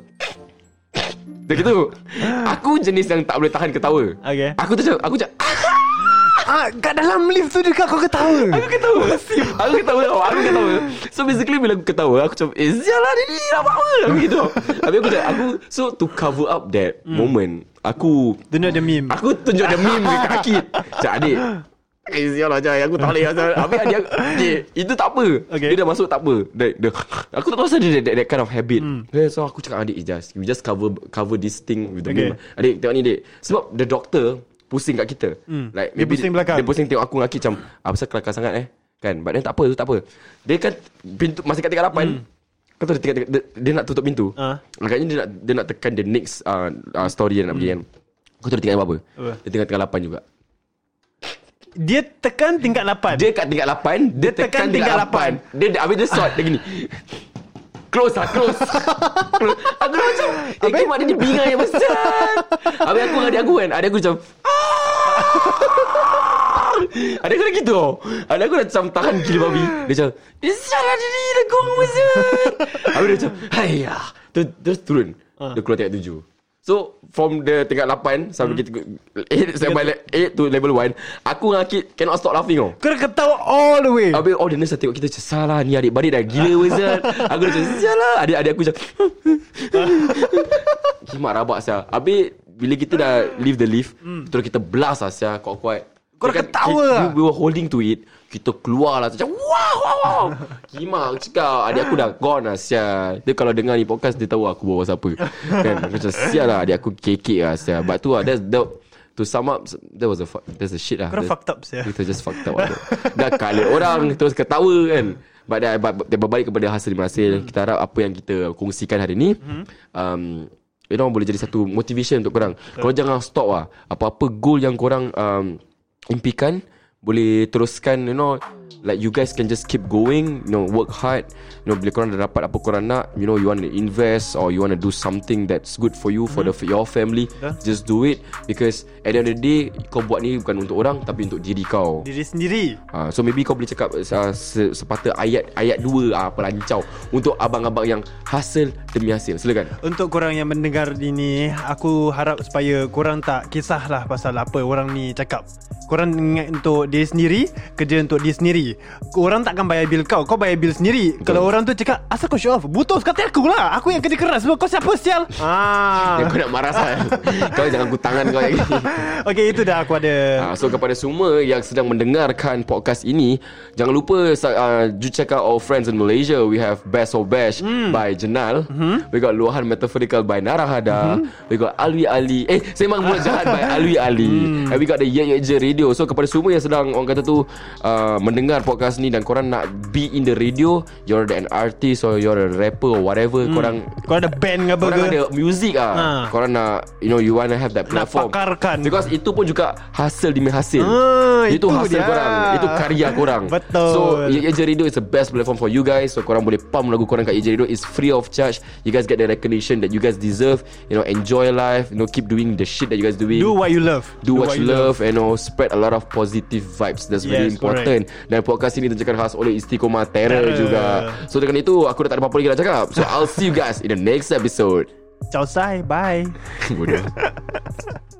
Dia gitu
*laughs*
Aku jenis yang tak boleh tahan ketawa
Okay.
Aku tu macam Aku macam
Ah, kat dalam lift tu dekat kau ketawa.
Aku ketawa Aku ketawa tau Aku ketawa So basically bila aku ketawa Aku macam Eh sialah dia ni Nak buat apa Aku gitu Habis aku macam aku, So to cover up that moment Aku
Tunjuk the meme.
Aku tunjuk the meme ke kaki Macam adik Eh sialah Jai Aku tak boleh asal. *laughs* Habis adik aku okay, Itu tak apa
Okay.
Dia dah masuk tak apa dia, dia, Aku tak tahu asal dia that, that, that kind of habit
Hmm.
yeah, So aku cakap adik just We just cover cover this thing With the
Okay.
meme Adik tengok ni adik Sebab the doctor Pusing kat kita
Hmm.
like,
Dia pusing belakang.
Dia pusing tengok aku dengan Aki macam ah, Pasal kelakar sangat eh Kan But then tak apa tu tak apa Dia kan pintu, Masih kat tingkat 8 Kau tahu dia, tingkat- dia, dia nak tutup pintu
Hmm. Ah.
Agaknya dia nak Dia nak tekan the next uh, uh, Story yang nak pergi kan Kau tahu dia tingkat apa
Apa?
Dia tingkat tingkat 8 juga
Dia tekan tingkat 8.
Dia kat tingkat 8 Dia tekan,
tekan
tingkat
tingkat
8 Dia habis dia shot Dia gini Close lah close, close. Aku dah macam Eh
Habis?
kau ada dia bingai yang besar Habis aku dengan adik aku kan Adik aku macam Adik aku dah gitu tau Adik aku dah macam tahan gila babi Dia macam Dia salah diri Dia gong besar Habis dia macam Hayah Terus, terus turun Dia keluar tingkat tujuh So from the tingkat 8 Sampai kita eh, 8 to level 1 Aku dengan Akid Cannot stop laughing oh. tau
Kau dah ketawa all the way.
Habis all the nurse dah tengok kita macam Salah ni adik-beradik dah gila Wazan Aku dah macam Salah Adik-adik aku macam *laughs* Kimak rabak Syah Habis bila kita dah leave the lift Terus kita blast lah Syah Kuat-kuat
Hmm. Kau dah
Kan,
ketawa
ki-
lah.
we, we were holding to it Kita keluar lah Macam wow wow wow Kimak aku cakap Adik aku dah gone lah Syah Dia kalau dengar ni podcast Dia tahu aku bawa siapa Kan Aku macam Syah lah Adik aku kekek lah Syah But tu lah That's the To sum up That was a fu- That's the shit lah
Kau dah
That-
fucked up, Syah.
kita just fucked up Dah kala orang Terus ketawa kan But dah, but, dia berbalik kepada hasil demi hasil Kita harap apa yang kita kongsikan hari ni um, You know boleh jadi satu motivation untuk korang Korang jangan stop lah Apa-apa goal yang korang um, impikan Boleh teruskan you know Like you guys can just keep going You know work hard You know bila korang dah dapat apa korang nak You know you want to invest Or you want to do something that's good for you For the your family Just do it Because at the end of the day Kau buat ni bukan untuk orang Tapi untuk diri kau
Diri sendiri.
Ha, so maybe kau boleh cakap uh, se- sepatah ayat ayat dua ah pelancau untuk abang-abang yang hasil demi hasil. Silakan.
Untuk korang yang mendengar ini Aku harap supaya korang tak kisahlah pasal apa orang ni cakap Korang ingat untuk diri sendiri Kerja untuk diri sendiri Orang takkan bayar bil kau Kau bayar bil sendiri Betul. Kalau orang tu cakap Asal kau show off Butuh kata aku lah Aku yang kerja keras Kau siapa
*laughs*
sial ah.
Yang kau nak marah saya. kau jangan kutangan kau lagi.
Okay itu dah aku ada
Ha, so kepada semua yang sedang mendengarkan podcast ini Jangan lupa uh, You check out our friends in Malaysia We have Best of Bash
Hmm.
by Jenal We got Luahan Metaphorical by Narahada
Hmm.
We got Alwi Ali Eh Sembang Mulut Jahat
Hmm.
by Alwi Ali And we got the Ye Ye Je Radio So kepada semua yang sedang Orang kata tu uh, Mendengar podcast ni dan korang nak be in the radio, you're an artist or you're a rapper or whatever, korang
Kau ada band ke Hmm. apa
Korang
ke
ada music ah.
Ha.
Ha. Korang nak you know you want to have that
Nak
platform.
pakarkan.
*laughs* Because itu pun juga hasil demi hasil.
Ah, itu
itu, hasil
dia.
korang. Itu karya korang.
*laughs* Betul.
So Ye Ye Jerido is the best platform for you guys. So korang boleh pump lagu korang kat Ye Jerido is free of charge. You guys get the recognition that you guys deserve. You know enjoy life, you know keep doing the shit that you guys doing.
Do what you love
Do, what, you love, and oh, spread a lot of positive vibes. That's very
Yes,
important. Dan podcast ini terjakan khas oleh Istiqomah Terror
Terror.
juga. So dengan itu aku dah tak ada apa-apa lagi nak cakap. *laughs* So I'll see you guys in the next episode.
Ciao sai Bye
Bodoh.